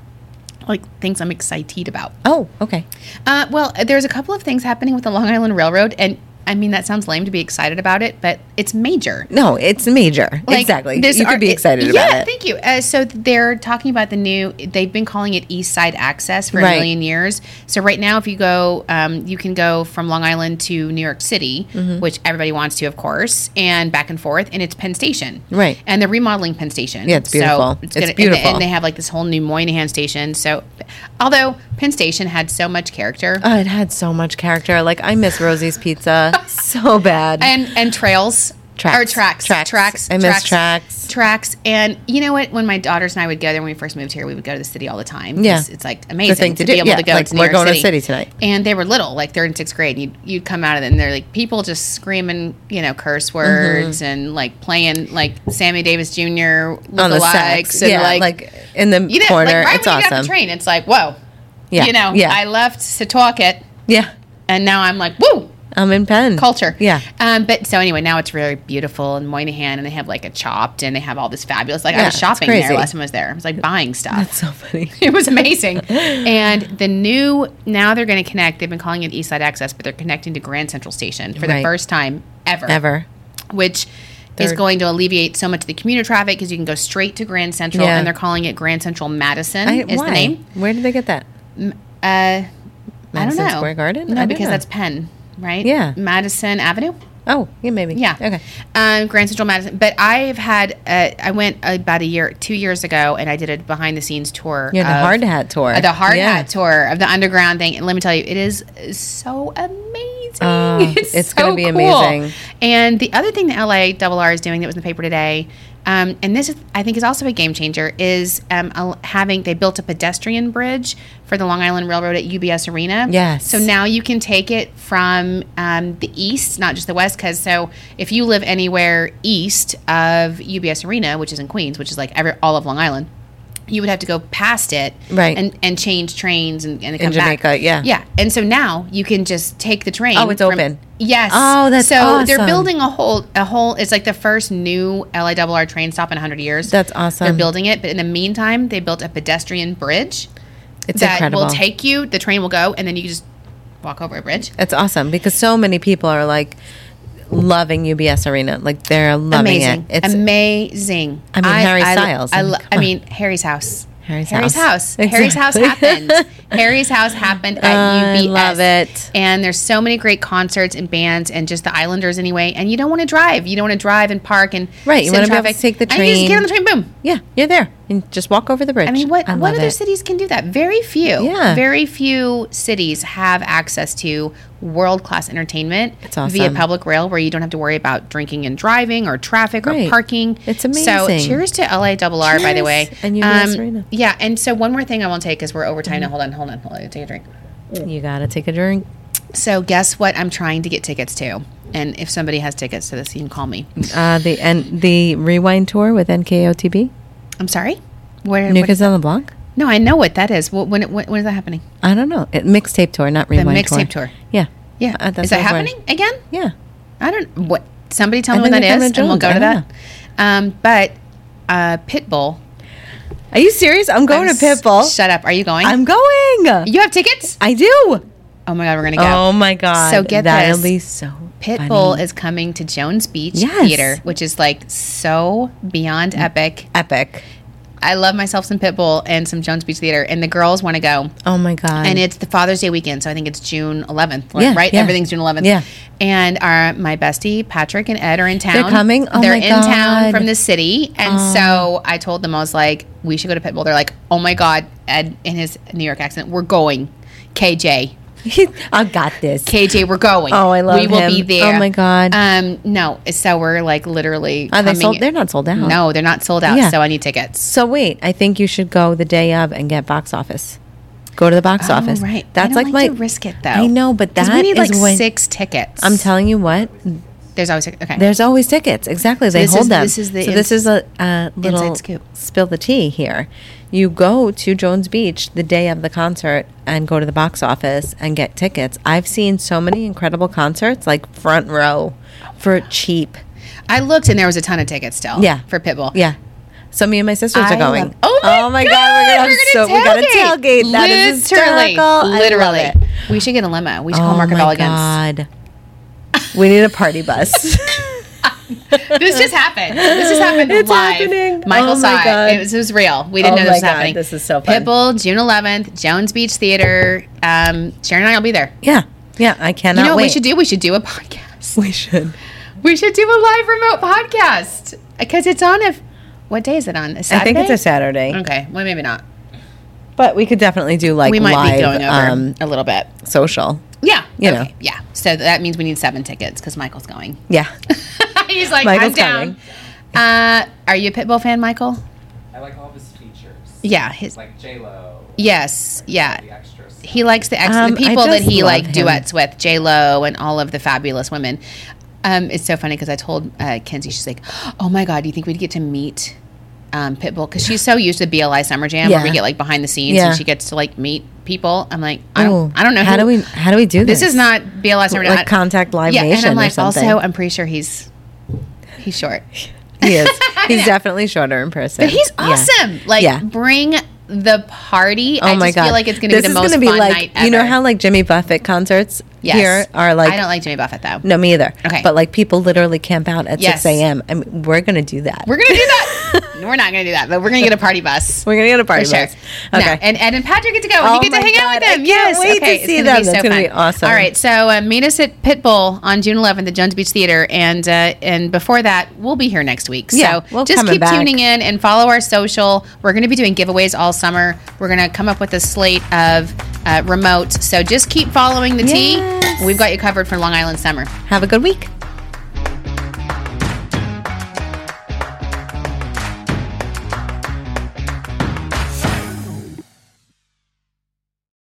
S2: like things I'm excited about?
S3: Oh, okay.
S2: Uh, well, there's a couple of things happening with the Long Island Railroad, and I mean that sounds lame to be excited about it, but it's major.
S3: No, it's major.
S2: Like,
S3: exactly.
S2: there's
S3: You could
S2: ar-
S3: be
S2: it-
S3: excited
S2: yeah,
S3: about it.
S2: Thank you. Uh, so they're talking about the new. They've been calling it East Side Access for
S3: Right.
S2: a million years. So right now, if you go, um, you can go from Long Island to New York City,
S3: Mm-hmm.
S2: which everybody wants to, of course, and back and forth. And it's Penn Station,
S3: Right.
S2: And they're remodeling Penn Station.
S3: Yeah, it's beautiful.
S2: So it's,
S3: It's
S2: gonna, and they-
S3: beautiful.
S2: And they, have like this whole new Moynihan Station. So, although Penn Station had so much character.
S3: Oh, it had so much character. Like I miss Rosie's
S2: *laughs*
S3: Pizza so bad.
S2: and and trails
S3: Tracks.
S2: or tracks
S3: Tracks.
S2: tracks tracks
S3: I miss tracks.
S2: tracks and you know what when my daughters and I would go there when we first moved here we would go to the city all the time 'cause
S3: Yeah.
S2: it's like amazing
S3: thing to
S2: to, be
S3: do.
S2: able
S3: Yeah,
S2: to go
S3: like,
S2: to New
S3: we're
S2: York
S3: going to
S2: city.
S3: the city tonight.
S2: and they were little like they're in sixth grade and you'd, you'd come out of it and they're like people just screaming you know curse
S3: Mm-hmm.
S2: words and like playing like Sammy Davis Jr.
S3: on the
S2: lookalikes
S3: sex.
S2: and
S3: Yeah, like,
S2: like,
S3: in the
S2: you know
S3: corner.
S2: like right
S3: it's
S2: when you
S3: awesome.
S2: get off the train it's like whoa
S3: Yeah,
S2: you know
S3: yeah.
S2: I left Setauket
S3: Yeah.
S2: and now I'm like woo
S3: I'm in Penn.
S2: culture.
S3: Yeah.
S2: Um, but so anyway, now it's really beautiful in Moynihan, and they have like a chopped, and they have all this fabulous. Like
S3: Yeah,
S2: I was
S3: it's
S2: shopping there
S3: crazy.
S2: last time I was there. I was like buying stuff.
S3: That's so funny.
S2: *laughs* it
S3: *laughs*
S2: was amazing. and the new now they're going to connect. They've been calling it East Side Access, but they're connecting to Grand Central Station for
S3: Right.
S2: the first time ever.
S3: Ever.
S2: Which. Is
S3: They're-
S2: going to alleviate so much of the commuter traffic because you can go straight to Grand Central,
S3: Yeah.
S2: and they're calling it Grand Central Madison.
S3: I,
S2: is
S3: why?
S2: the name?
S3: Where did they get that?
S2: Uh, I don't
S3: Madison
S2: know.
S3: Square Garden? I
S2: No,
S3: don't
S2: because
S3: know.
S2: that's Penn, right?
S3: Yeah.
S2: Madison Avenue.
S3: Oh, yeah, maybe.
S2: Yeah.
S3: Okay.
S2: Um, Grand Central Madison. But I've had, uh, I went about a year, two years ago, and I did a behind the scenes tour.
S3: You had the
S2: of-
S3: hard hat tour.
S2: uh, the hard
S3: Yeah.
S2: hat tour of the underground thing. And let me tell you, it is so amazing. *laughs*
S3: Oh, it's gonna be amazing.
S2: And the other thing that LA Double R is doing that was in the paper today, um, and this is, I think is also a game changer, is um, al- having they built a pedestrian bridge for the Long Island Railroad at UBS Arena.
S3: Yes.
S2: So now you can take it from um, the east, not just the west, because so if you live anywhere east of UBS Arena, which is in Queens, which is like every, all of Long Island. You would have to go past it,
S3: Right.
S2: And and change trains and, and come
S3: Jamaica,
S2: back.
S3: yeah.
S2: yeah. And so now you can just take the train.
S3: Oh, it's open.
S2: Yes.
S3: Oh, that's
S2: so
S3: awesome.
S2: they're building a whole a whole. It's like the first new LIRR train stop in 100 years.
S3: That's awesome.
S2: They're building it, but in the meantime, they built a pedestrian bridge
S3: It's
S2: that
S3: incredible.
S2: will take you. The train will go, and then you just walk over a bridge.
S3: That's awesome because so many people are like loving UBS Arena. Like they're loving
S2: Amazing.
S3: it. It's
S2: amazing.
S3: I mean, Harry Styles.
S2: I,
S3: I mean,
S2: lo-
S3: come
S2: I
S3: on.
S2: mean, Harry's house.
S3: Harry's house.
S2: house. Harry's house
S3: Exactly.
S2: happened. Harry's house happened at
S3: I
S2: UBS.
S3: love it.
S2: And there's so many great concerts and bands and just the Islanders anyway. And you don't want to drive. You don't want to drive and park and
S3: Right, you
S2: sit in
S3: wanna be able to
S2: traffic.
S3: take the
S2: And you just
S3: train.
S2: get on the train. Boom.
S3: *laughs* yeah, you're there and just walk over the bridge.
S2: I mean, what what
S3: love
S2: other
S3: it.
S2: cities can do that? Very few.
S3: Yeah.
S2: Very few cities have access to world class entertainment
S3: That's awesome.
S2: via public rail, where you don't have to worry about drinking and driving or traffic
S3: Right.
S2: or parking.
S3: It's
S2: So,
S3: amazing.
S2: cheers to LA Double R, by the way. Um,
S3: Cheers. And UBS Arena. Mm-hmm.
S2: Yeah. And so, one more thing I won't take because we're over time now. Hold on, hold on, hold on. Take a drink.
S3: You gotta take a drink.
S2: So, guess what? I'm trying to get tickets to. And if somebody has tickets to this, you can call me.
S3: Uh, the and the rewind tour with NKOTB,
S2: I'm sorry. Where?
S3: New
S2: what-
S3: Kids on the Block.
S2: no, I know what that is. Wh- When, when, when is that happening?
S3: I don't know. It, mixtape tour, not rewind.
S2: mixtape tour.
S3: Yeah,
S2: Yeah.
S3: Uh, that's
S2: is that
S3: what we're-
S2: happening again?
S3: Yeah,
S2: I don't what somebody tell
S3: I
S2: me what
S3: think
S2: that
S3: they're
S2: is,
S3: coming
S2: and
S3: to
S2: we'll go
S3: Jones.
S2: to
S3: I
S2: that. Um, but uh, Pitbull.
S3: are you serious? I'm going to Pitbull.
S2: Shut up. Are you going?
S3: I'm going.
S2: you have tickets?
S3: I do.
S2: Oh my god, we're gonna go.
S3: Oh my god!
S2: So get
S3: that'll
S2: this.
S3: be so
S2: Pitbull
S3: funny.
S2: is coming to Jones Beach
S3: Yes. Mm.
S2: Theater, which is like so beyond epic.
S3: epic.
S2: I love myself some Pitbull and some Jones Beach Theater, and the girls want to go.
S3: Oh my god! *laughs*
S2: and it's the Father's Day weekend, so I think it's June 11th, like,
S3: Yeah,
S2: right?
S3: yeah.
S2: Everything's June 11th.
S3: Yeah.
S2: And our my bestie Patrick and Ed are in town.
S3: coming? Oh
S2: They're
S3: my
S2: in town
S3: God. Oh.
S2: from the city, and so I told them I was like, "We should go to Pitbull." They're like, "Oh my God!" Ed in his New York accent, "We're going, KJ."
S3: I got this.
S2: KJ, we're going.
S3: Oh, I love
S2: We will
S3: him.
S2: be there.
S3: Oh, my God.
S2: Um, no, so we're like literally.
S3: Are they
S2: coming-
S3: sold? They're not sold out.
S2: No, they're not sold out.
S3: Yeah.
S2: So I need tickets.
S3: So wait, I think you should go the day of and get box office. Go to the box office.
S2: Oh, right. I
S3: That's
S2: don't
S3: like,
S2: like
S3: my
S2: to risk it, though.
S3: I know, but
S2: 'Cause
S3: that
S2: we need
S3: is
S2: like
S3: when-
S2: six tickets.
S3: I'm telling you what,
S2: There's always okay.
S3: There's always tickets. Exactly. they
S2: this
S3: hold
S2: is-
S3: them.
S2: this is the
S3: so this is
S2: ins-
S3: a, a little
S2: scoop.
S3: spill the tea here. You go to Jones Beach the day of the concert and go to the box office and get tickets. I've seen so many incredible concerts, like front row, for cheap.
S2: I looked and there was a ton of tickets still.
S3: Yeah.
S2: for Pitbull.
S3: Yeah. So me and my sisters
S2: I
S3: are going.
S2: love- oh my god!
S3: we're gonna have so we got a tailgate. That is
S2: literally,
S3: hysterical. I love
S2: literally.
S3: it.
S2: We should get a limo. We should
S3: Oh
S2: call Market
S3: my
S2: Bell
S3: god. we need a party
S2: *laughs*
S3: bus.
S2: this just happened. This just happened
S3: It's
S2: live.
S3: happening.
S2: Michael
S3: Oh my
S2: saw
S3: God.
S2: it. It was, it was real. We didn't
S3: Oh
S2: know
S3: my
S2: this was
S3: God,
S2: happening.
S3: this is so fun.
S2: Pitbull, June 11th, Jones Beach Theater. Um, Sharon and I will be there.
S3: yeah. Yeah, I cannot
S2: You know what
S3: wait.
S2: we should do? We should do a podcast.
S3: We should.
S2: We should do a live remote podcast because it's on. If what day is it on? A
S3: I think it's a
S2: Saturday?
S3: Saturday,
S2: Okay, well maybe not.
S3: but we could definitely do like
S2: Mm. We might
S3: live
S2: be going over
S3: um,
S2: a little bit.
S3: social.
S2: Yeah.
S3: you know.
S2: Yeah. So that means we need seven tickets because Michael's going. *laughs*
S3: Yeah,
S2: He's like,
S3: Michael's
S2: I'm down. Uh, are you a Pitbull fan, Michael?
S4: I like all of his features.
S2: Yeah. His,
S4: Like J Lo.
S2: yes. Yeah.
S4: The extra stuff.
S2: He likes the ex-
S3: Um,
S2: the
S3: I
S2: people that
S3: just
S2: he
S3: love
S2: like
S3: him.
S2: duets with, J Lo and all of the fabulous women. Um, it's so funny because I told uh, Kenzie, she's like, "Oh my god, do you think we'd get to meet um, Pitbull?" Because she's so used to BLI Summer Jam, where we
S3: Yeah.
S2: get like behind the scenes
S3: Yeah.
S2: and she gets to like meet people. I'm like, I don't,
S3: Ooh,
S2: I don't know.
S3: How
S2: who-
S3: do we? How do we do this?
S2: This is not BLI Summer Jam.
S3: like
S2: I-
S3: contact Live
S2: yeah,
S3: Nation
S2: and I'm like,
S3: or something.
S2: also, I'm pretty sure he's he's short,
S3: he
S2: *laughs*
S3: is. He's definitely shorter in person,
S2: but he's
S3: Yeah.
S2: awesome. Like,
S3: Yeah.
S2: bring the party.
S3: Oh
S2: I
S3: my
S2: just
S3: god!
S2: feel like it's going to be
S3: This
S2: the
S3: is
S2: most
S3: gonna
S2: fun
S3: be like,
S2: night ever.
S3: You know how like Jimmy Buffett concerts
S2: Yes.
S3: here are like.
S2: I don't like Jimmy Buffett though.
S3: no, me either.
S2: Okay.
S3: but like people literally camp out at
S2: Yes.
S3: six a.m. I mean, we're gonna do that.
S2: We're gonna
S3: *laughs*
S2: do that. we're not gonna do that, but we're gonna get a party bus.
S3: We're gonna get a party
S2: for sure.
S3: bus.
S2: No,
S3: Okay.
S2: and Ed and Patrick get to go. and
S3: Oh
S2: you get to
S3: my
S2: hang out
S3: God,
S2: with
S3: I can't
S2: them. yes.
S3: wait to
S2: okay. it's
S3: see
S2: gonna be
S3: them.
S2: so
S3: That's gonna
S2: fun.
S3: be awesome.
S2: All right. So uh, meet us at Pitbull on June 11th at Jones Beach Theater, and uh, and before that, we'll be here next week.
S3: Yeah,
S2: so
S3: we'll
S2: just
S3: coming
S2: keep
S3: back.
S2: tuning in and follow our social. We're gonna be doing giveaways all summer. We're gonna come up with a slate of uh, remotes. So just keep following the
S3: Yes.
S2: tea. We've got you covered for Long Island summer.
S3: Have a good week.